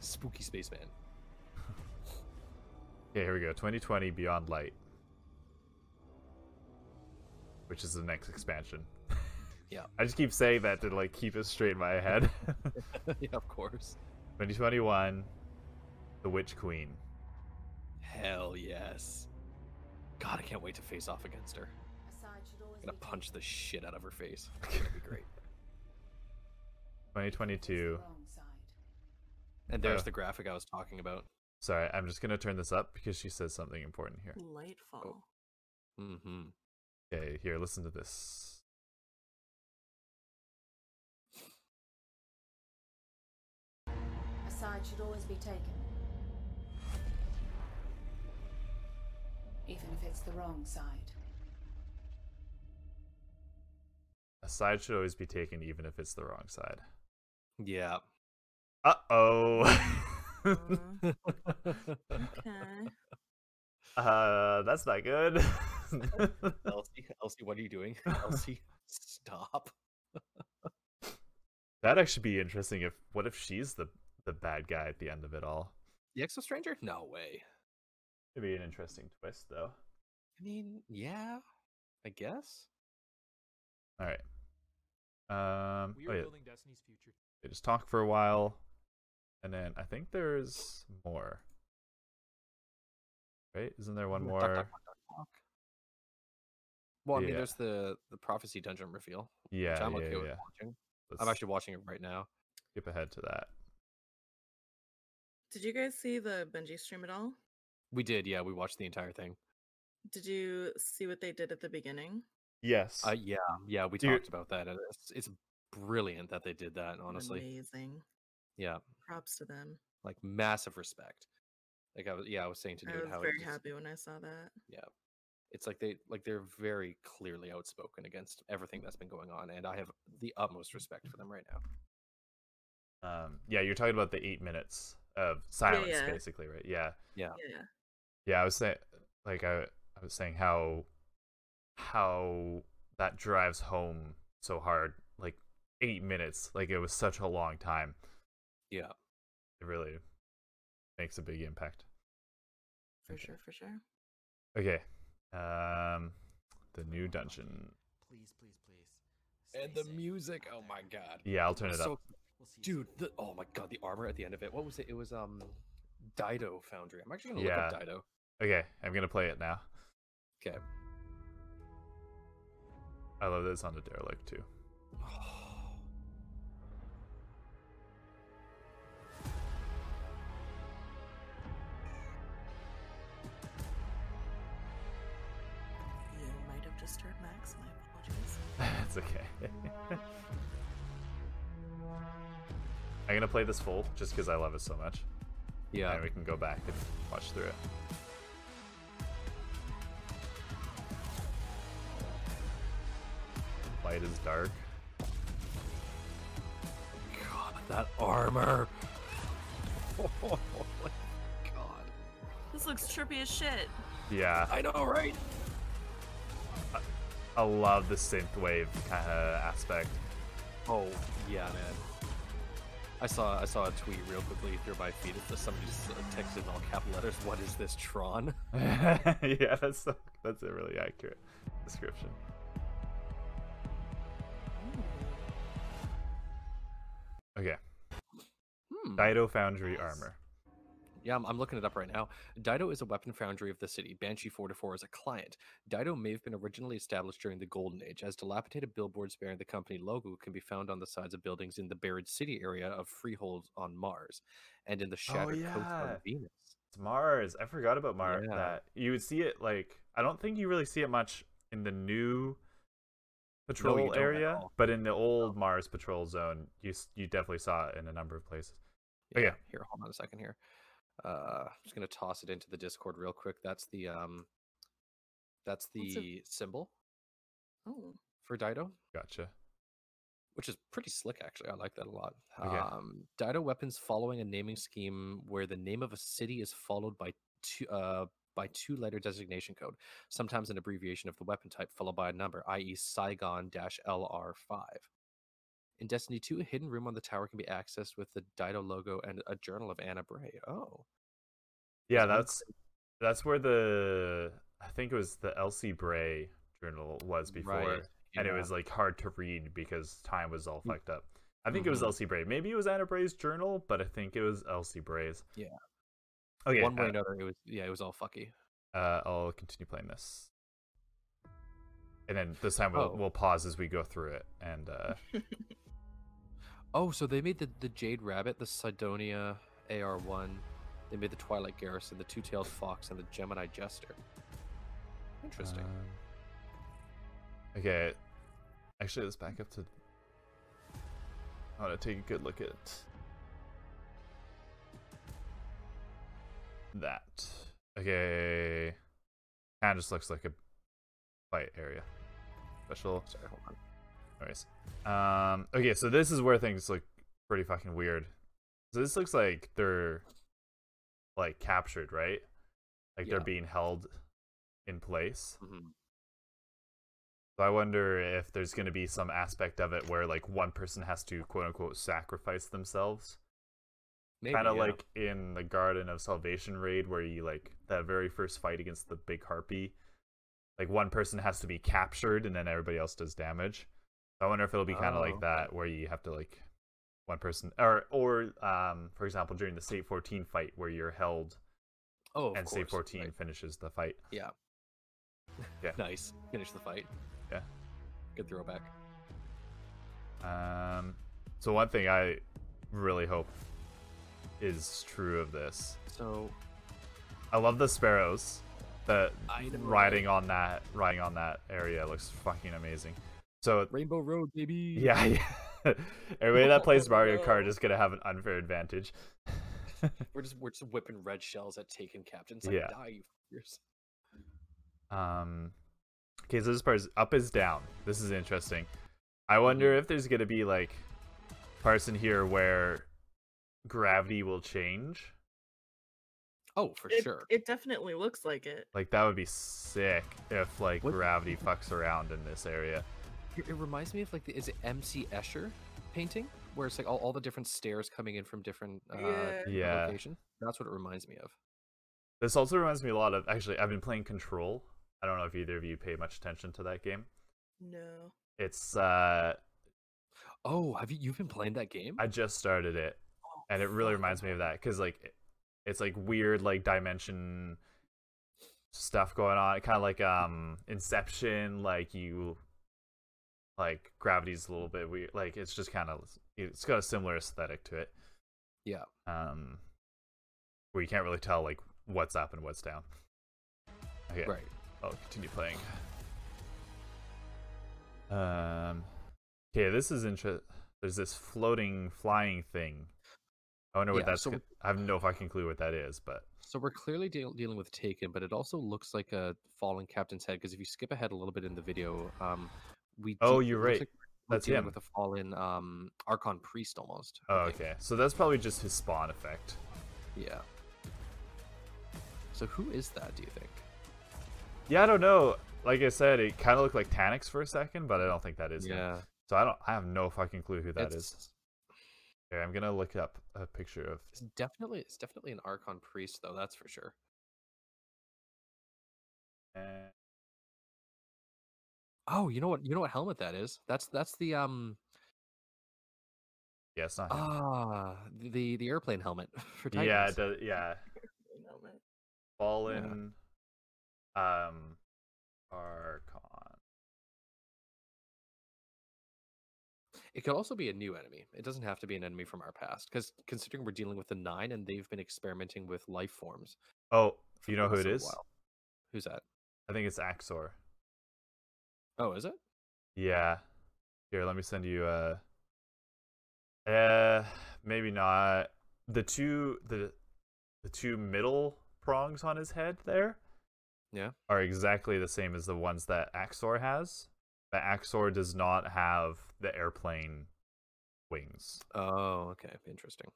Spooky spaceman. Okay, here we go. 2020 Beyond Light. which is the next expansion. Yeah. I just keep saying that to like keep it straight in my head. yeah, of course. 2021, The Witch Queen. Hell yes. God, I can't wait to face off against her. A side should always I'm gonna be punch the shit out of her face. It's gonna be great. 2022. the wrong side. And there's Uh. the graphic I was talking about. Sorry, I'm just gonna turn this up because she says something important here. Lightfall. Mm-hmm. Okay, here, listen to this. A side should always be taken. Even if it's the wrong side. A side should always be taken, even if it's the wrong side. Yeah. Uh oh. Mm, okay. uh, that's not good. Elsie, Elsie, what are you doing? Elsie, stop. That'd actually be interesting. If what if she's the the bad guy at the end of it all? The Exo Stranger? No way. It'd be an interesting twist, though. I mean, yeah, I guess. All right. Um, We oh, are yeah, building Destiny's future. they just talk for a while, and then I think there's more. Right? Isn't there one Talk, talk, more? talk, talk, talk. Well, I mean, Yeah. there's the the prophecy dungeon reveal, Yeah, which I'm yeah, okay with yeah. watching. I'm Let's actually watching it right now. skip ahead to that. Did you guys see the Bungie stream at all? We did, yeah, we watched the entire thing. Did you see what they did at the beginning? Yes. Uh, yeah, yeah, we Dude. talked about that. and It's, it's brilliant that they did that, honestly. Amazing. Yeah, Props to them. like massive respect. Like I was, yeah, I was saying to I Dude was how very it's, happy when I saw that. it's like they like they're very clearly outspoken against everything that's been going on, and I have the utmost respect for them right now. Um, yeah, you're talking about the eight minutes of silence, yeah. basically, right? Yeah. Yeah. Yeah. Yeah, I was saying, like, I, I was saying how, how that drives home so hard. Like, eight minutes, like, it was such a long time. Yeah, It really makes a big impact. For Okay. sure, for sure. Okay. Um, the new dungeon. Please, please, please. and Stay the safe music. out Oh there. my god. Yeah, I'll turn it So up. We'll see you dude soon. the, oh my god the armor at the end of it what was it it was um dido foundry i'm actually gonna look Yeah. up dido Okay, I'm gonna play it now. okay I love this on the derelict too. You might have just heard Max. My apologies. it's okay. I'm gonna play this full just because I love it so much. yeah And we can go back and watch through it. Light is dark. god that armor oh my god This looks trippy as shit. Yeah, i know right I love the synthwave kind of aspect. oh yeah man i saw i saw a tweet real quickly through my feed that somebody just uh, texted in all capital letters what is this tron yeah, that's so, that's a really accurate description. Okay, hmm. Dido Foundry Nice. armor. Yeah, I'm, I'm looking it up right now. Dido is a weapon foundry of the city. Banshee 424 is a client. Dido may have been originally established during the Golden Age, as dilapidated billboards bearing the company logo can be found on the sides of buildings in the buried city area of Freehold on Mars and in the Shattered Coast on Oh, yeah. Venus. It's Mars. I forgot about Mars. Yeah. That you would see it like I don't think you really see it much in the new patrol don't at area, all. but in the old Mars patrol zone, you s- you definitely saw it in a number of places. Oh, yeah. Here, hold on a second here. Uh, I'm just going to toss it into the Discord real quick. That's the um, that's That's a- the symbol Oh, for Dido. Gotcha. which is pretty slick actually. I like that a lot. Okay. Um, Dido weapons following a naming scheme where the name of a city is followed by two uh, by two letter designation code, sometimes an abbreviation of the weapon type followed by a number, i.e., Saigon LR5. In Destiny 2, a hidden room on the tower can be accessed with the Dido logo and a journal of Anna Bray. Oh, Yeah, one that's that's where the I think it was the Elsie Bray journal was before, Right, and it yeah. was like hard to read because time was all Mm. fucked up. I think it was Mhm. Elsie Bray. Maybe it was Anna Bray's journal, but I think it was Elsie Bray's. Yeah. Okay. One way or uh, another, it was yeah, it was all fucky. uh, I'll continue playing this, and then this time we'll, Oh. we'll pause as we go through it, and uh, Oh, so they made the, the Jade Rabbit, the Sidonia AR1. They made the Twilight Garrison, the Two Tailed Fox, and the Gemini Jester. Interesting. Uh, Um, okay. Actually, let's back up to. I want to take a good look at that. Okay. Kind of just looks like a fight area. Special. Sorry, hold on. Anyways. Um, okay, so this is where things look pretty fucking weird. So this looks like they're like captured, right? Like they're Yeah. being held in place. Mhm. So I wonder if there's going to be some aspect of it where like one person has to quote unquote sacrifice themselves, Maybe, kind of yeah. like in the Garden of Salvation raid where you like that very first fight against the big harpy. Like one person has to be captured and then everybody else does damage. So I wonder if it'll be kind of Oh, like that where you have to like one person or or um for example during the state 14 fight where you're held oh, of and state course, 14 right. finishes the fight. Yeah. Yeah. nice. Finish the fight. Yeah. Good throwback. Um, so one thing I really hope is true of this. So I love the sparrows. The I know, riding on that riding on that area looks fucking amazing. So Rainbow Road, baby. yeah, yeah. everybody that plays Mario Kart is gonna have an unfair advantage. We're just we're just whipping red shells at taken captains. Like, Yeah. die, you fuckers. Um, okay, so this part is up is down. This is interesting. I wonder if there's gonna be like parts in here where gravity will change. Oh, for It, sure. it definitely looks like it. Like that would be sick if like What- gravity fucks around in this area. It, it reminds me of like the is it MC Escher painting where it's like all, all the different stairs coming in from different uh, Yeah. Yeah. location. That's what it reminds me of. This also reminds me a lot of actually I've been playing Control. I don't know if either of you pay much attention to that game. No. It's uh Oh, have you you've been playing that game? I just started it and it really reminds me of that cuz like it- it's like weird like dimension stuff going on kind of like um Inception like you like gravity's a little bit weird like it's just kind of it's got a similar aesthetic to it. Yeah. um where you can't really tell like what's up and what's down. Okay, Right. I'll Oh, continue playing. Um, okay, this is interesting. There's this floating, flying thing. I wonder what Yeah, that's. so- go- I have no fucking clue what that is, but So we're clearly deal dealing with Taken, but it also looks like a fallen captain's head because if you skip ahead a little bit in the video, um, we Oh, de- you're it looks right. like we're That's dealing him. with a fallen um Archon priest almost. I oh, think. okay. So that's probably just his spawn effect. Yeah. So who is that? Do you think? Yeah, I don't know. Like I said, it kind of looked like Tanix for a second, but I don't think that is him. So I don't. I have no fucking clue who that is. it's, Here, I'm gonna look up a picture of it's definitely it's definitely an Archon priest though. That's for sure. Uh, Oh, you know what? You know what helmet that is? That's that's the um yeah, it's not him. ah the the airplane helmet for Titans. yeah, it does, yeah. You know, but- Fallen, um, Archon. It could also be a new enemy. It doesn't have to be an enemy from our past, because considering we're dealing with the nine and they've been experimenting with life forms. Oh, for you know who it also a is? while. Who's that? I think it's Axor. Oh, is it? Yeah. Here, let me send you. Uh, uh, maybe not. The two the the two middle prongs on his head there. Yeah. Are exactly the same as the ones that Axor has, but Axor does not have the airplane wings. Oh, okay, interesting.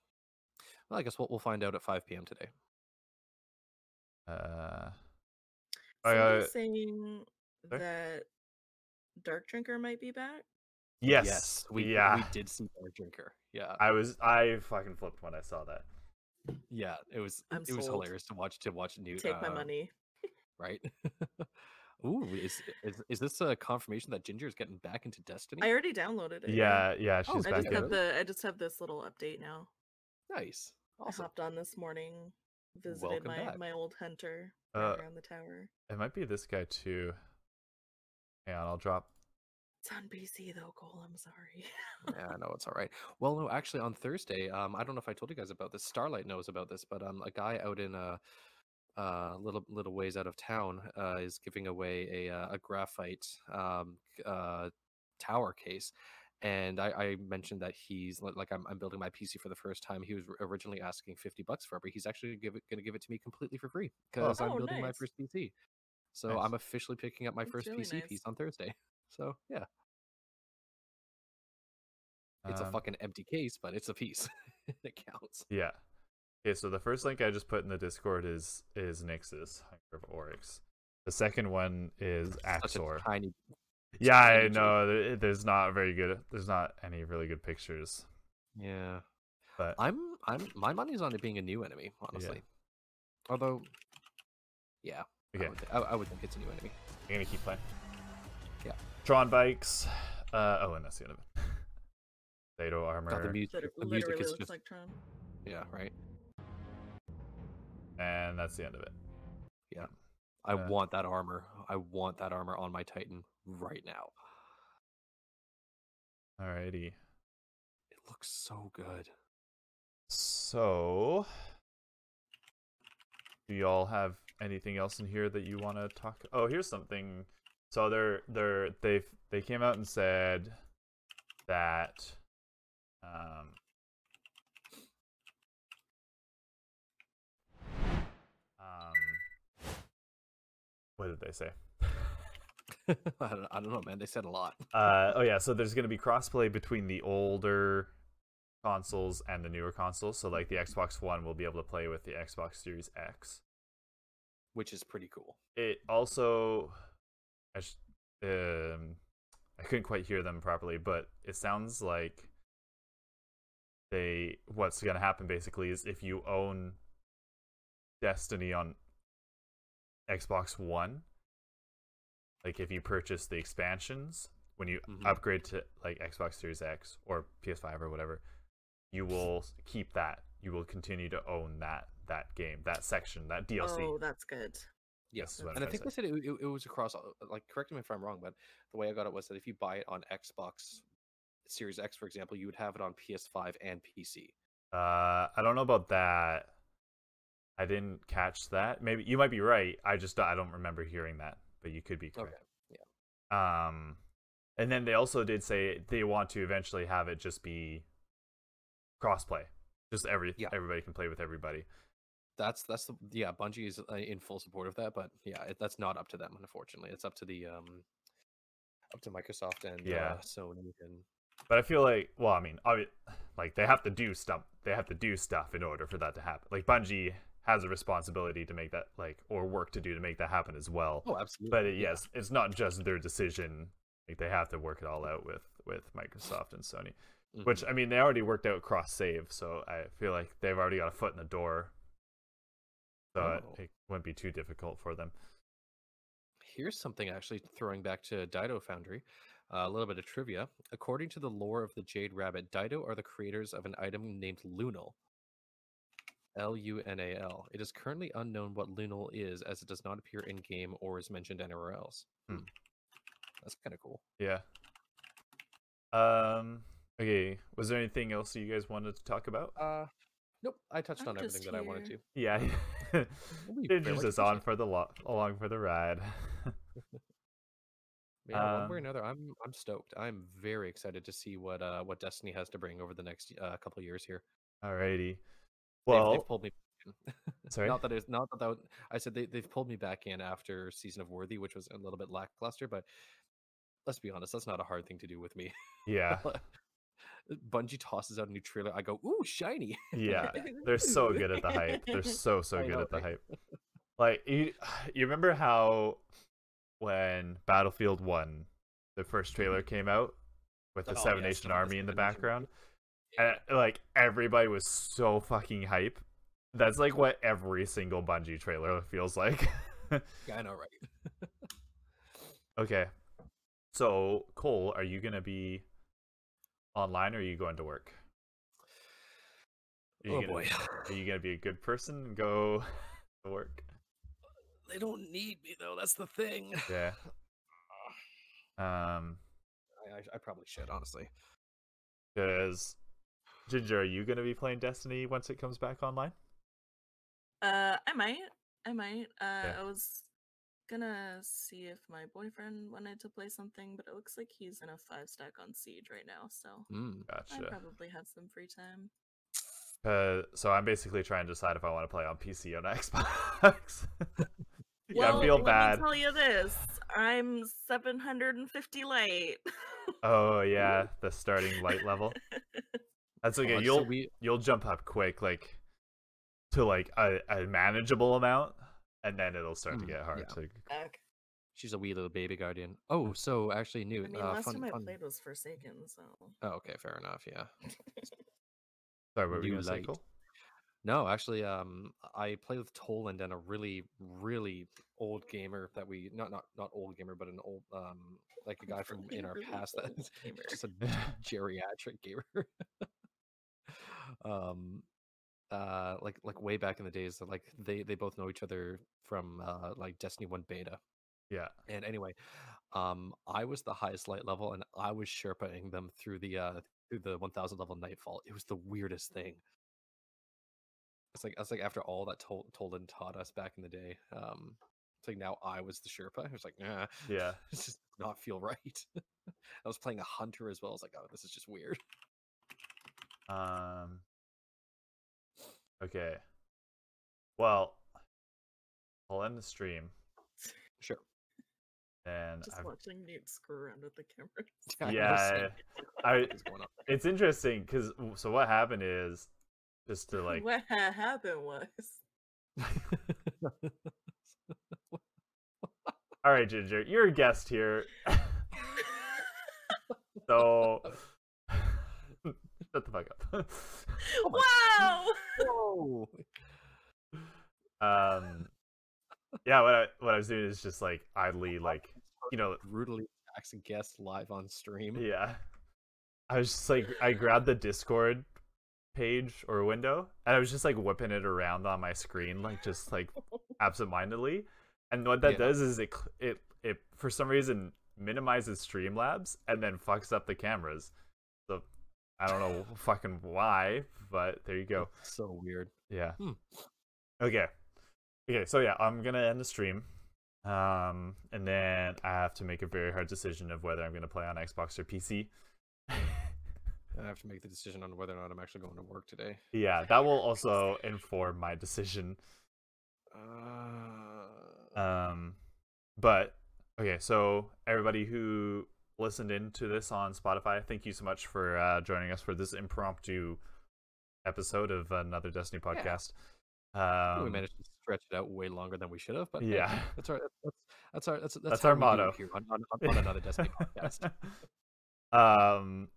Well, I guess we'll, we'll find out at 5 p.m. today. Uh. I- uh, Somebody's I- saying Sorry? that Dark Drinker might be back. Yes. we yeah. we did see Dark Drinker. Yeah, I was I fucking flipped when I saw that. yeah, it was I'm it was sold. uh, hilarious to watch to watch Newt. Take my uh, money. right? uh, Ooh, is, is is this a confirmation that Ginger is getting back into Destiny? I already downloaded it. Yeah, yeah, Oh, she's I back just in. good. have the I just have this little update now. nice. I Awesome. hopped on this morning, visited Welcome my back. my old hunter Uh, right around the tower. It might be this guy too. Hang on, I'll drop. It's on BC though, Cole. I'm sorry. Yeah, no, it's all right. Well, no, actually, on Thursday, um, I don't know if I told you guys about this. Starlight knows about this, but um, a guy out in a uh, little little ways out of town uh, is giving away a uh, a graphite um, c- uh, tower case, and I, I mentioned that he's li- like I'm, I'm building my PC for the first time. He was r- originally asking fifty bucks for it, but he's actually give it, gonna give it to me completely for free because I'm Oh, building my nice. first PC. So Nice. I'm officially picking up my That's first really PC nice. piece on Thursday. So yeah. It's a um, fucking empty case, but it's a piece. it counts. Yeah. Okay, so the first link I just put in the Discord is is Nix's Hunger of Oryx. The second one is Such Axor. a tiny. yeah, I tiny joke. know. there- There's not very good. There's not any really good pictures. Yeah, But I'm. I'm. My money's on it being a new enemy, honestly. Although, yeah, okay, I, would, I, I would think it's a new enemy. I'm gonna keep playing. Yeah. Tron bikes. Uh, oh, and that's the end of it. Zato armor. God, the, mu- Liter- the music literally is looks just like Tron. yeah, right. and that's the end of it. I Uh, want that armor. I want that armor on my Titan right now. Alrighty. It looks so good. So, do y'all have anything else in here that you want to talk? Oh, here's something. So they're they're they they came out and said that um um what did they say? I, don't, I don't know, man. They said a lot. Uh, oh yeah, so there's going to be crossplay between the older consoles and the newer consoles. So like the Xbox One will be able to play with the Xbox Series X. which is pretty cool. It also, I sh- um, I couldn't quite hear them properly, but it sounds like they what's going to happen basically is if you own Destiny on Xbox One, like if you purchase the expansions when you Mhm. upgrade to like Xbox Series X or PS5 or whatever, you will s- keep that. You will continue to own that that game, that section, that DLC. Oh, that's good. Yes, is what and I I'm think they trying to say. said it, it, it was across. all- Like, correct me if I'm wrong, but the way I got it was that if you buy it on Xbox Series X, for example, you would have it on PS5 and PC. Uh, I don't know about that. I didn't catch that. Maybe you might be right. I just I don't remember hearing that, but you could be correct. Yeah. Um, and then they also did say they want to eventually have it just be crossplay. Just every Yeah. everybody can play with everybody. That's that's the, yeah. Bungie is uh, in full support of that, but yeah, it, that's not up to them. Unfortunately, it's up to the um, up to Microsoft and Yeah. uh, Sony and But I feel like, well, I mean, obvi- like they have to do stuff. They have to do stuff in order for that to happen. Like Bungie has a responsibility to make that like or work to do to make that happen as well. oh, absolutely. but it, yeah. yes, it's not just their decision. Like they have to work it all out with with Microsoft and Sony, which Mhm. I mean they already worked out cross save, so I feel like they've already got a foot in the door. So it- Oh. it, wouldn't be too difficult for them. Here's something actually throwing back to Dido Foundry. Uh, a little bit of trivia. According to the lore of the Jade Rabbit, Dido are the creators of an item named Lunal. L U N A L. It is currently unknown what Lunal is, as it does not appear in game or is mentioned anywhere else. Hmm. That's kind of cool. Yeah. Um. Okay. Was there anything else you guys wanted to talk about? Uh, nope, I touched I'm on everything just that I wanted to. here. yeah. We They're barely just as touched on it. for the lo- along for the ride. Yeah, one way or Um, another, I'm I'm stoked. I'm very excited to see what uh what Destiny has to bring over the next uh, couple of years here. Alrighty. They've- Well, they've, pulled me. back in. sorry. Not that it's not that, that would- I said they, they've pulled me back in after season of Worthy, which was a little bit lackluster, but let's be honest, that's not a hard thing to do with me. yeah. Bungie tosses out a new trailer. I go, ooh, shiny. Yeah, they're so good at the hype. They're so so I good know, at the right? hype. Like you, you remember how when Battlefield One, the first trailer came out with the Mm-hmm. Oh, Seven yeah, Nation Seven Army in the Nation Army. background, and like everybody was so fucking hype. That's like what every single Bungie trailer feels like. Yeah, I know, right? Okay. So, Cole, are you going to be online or are you going to work? Are you Oh gonna- boy. Are you going to be a good person and go to work? They don't need me though. That's the thing. Yeah. Um, I, I, I probably should honestly. because Ginger, are you going to be playing Destiny once it comes back online? Uh, I might. I might. Uh, Yeah. I was gonna see if my boyfriend wanted to play something, but it looks like he's in a five stack on Siege right now, so Mm. I Gotcha. probably have some free time. Uh, so I'm basically trying to decide if I want to play on PC or on Xbox. yeah, I well, feel let bad. me tell you this: I'm 750 light. Oh yeah, the starting light level. That's Odd, okay. Oh, so you'll we- you'll jump up quick, like to like a, a manageable amount, and then it'll start to Mm, get hard. yeah. To... Fuck. She's a wee little baby guardian. Oh, so actually new. I mean, uh, last fun, time I fun- played was Forsaken, so Oh, okay, fair enough. Yeah. Sorry, what were New you gonna say? light. Cole? No, actually, um, I played with Toland and a really, really old gamer that we not not not old gamer, but an old um like a guy from in our Really past old that's gamer. just a geriatric gamer. um, uh, like like way back in the days, like they they both know each other from uh like Destiny One beta. Yeah. And anyway, um, I was the highest light level, and I was sherpaing them through the uh through the 1,000 level nightfall. It was the weirdest thing. It's like it's like after all that Tol- Tolan taught us back in the day, um, it's like now I was the Sherpa. I was like, nah, Yeah. this just does not feel right. I was playing a hunter as well. I was like, oh, this is just weird. Um. Okay. Well, I'll end the stream, Sure. and just I've- watching Nate screw around with the camera. I was yeah, like, I. what is going on? It's interesting because so what happened is just to like what ha- happened was All right, Ginger, you're a guest here, so shut the fuck up. Whoa! Whoa! um, yeah, what I, what I was doing is just like idly, like you know, brutally attacks a guest live on stream. yeah. I was just like, I grabbed the Discord page or window, and I was just like whipping it around on my screen, like just like absentmindedly. And what that Yeah. does is it cl- it it for some reason minimizes Streamlabs and then fucks up the cameras. So I don't know fucking why, but there you go. It's So weird. Yeah. Hmm. Okay. Okay, so yeah, I'm gonna end the stream. Um and then I have to make a very hard decision of whether I'm gonna play on Xbox or PC. I have to make the decision on whether or not I'm actually going to work today. Yeah, that will also inform my decision. Uh, Um, but okay, so everybody who listened in to this on Spotify, thank you so much for uh, joining us for this impromptu episode of another Destiny podcast. I think Um, we managed to stretch it out way longer than we should have, but hey, yeah, that's our that's that's our that's, that's, That's how our we do it motto. here on, on, on- on another Destiny podcast. um,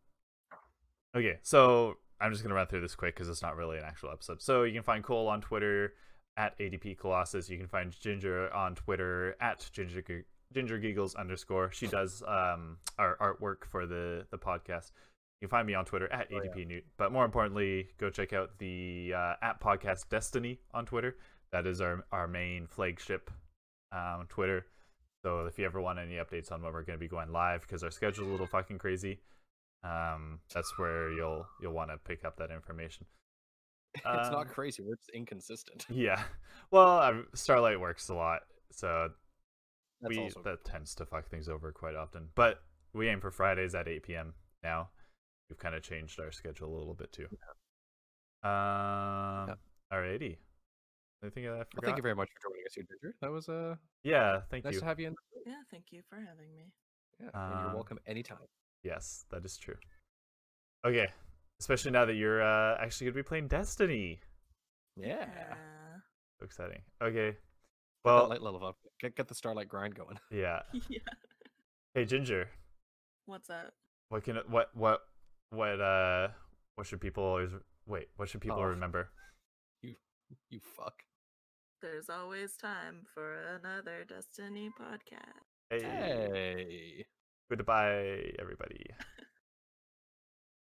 okay, so I'm just gonna run through this quick because it's not really an actual episode. So you can find Cole on Twitter at ADP Colossus. You can find Ginger on Twitter at Ginger G- Ginger Giggles underscore. She does um our artwork for the the podcast. You can find me on Twitter at Oh, ADP Newt. But more importantly, go check out the uh, at podcast Destiny on Twitter. That is our our main flagship um, Twitter. So if you ever want any updates on when we're going to be going live, because our schedule's a little fucking crazy, um, that's where you'll you'll want to pick up that information. it's Um, not crazy; we're just inconsistent. Yeah. Well, i Starlight works a lot, so That's we also that tends to fuck things over quite often. But we aim for Fridays at 8 p.m. now. We've kind of changed our schedule a little bit too. Um, alrighty. Anything that I Well, forgot? thank you very much for joining us here, Ginger. That was uh, yeah, thank nice you. to have you in. Yeah, thank you for having me. Yeah, and Um, you're welcome anytime. Yes, that is true. Okay, especially now that you're uh, actually gonna be playing Destiny. Yeah. So exciting. Okay. Well, Well, light level up. Get, get the starlight grind going. yeah. Yeah. yeah. Hey, Ginger. What's up? What can what what what uh what should people always wait? What should people Oh. remember? You fuck. There's always time for another Destiny podcast. Hey. Hey. Goodbye, everybody.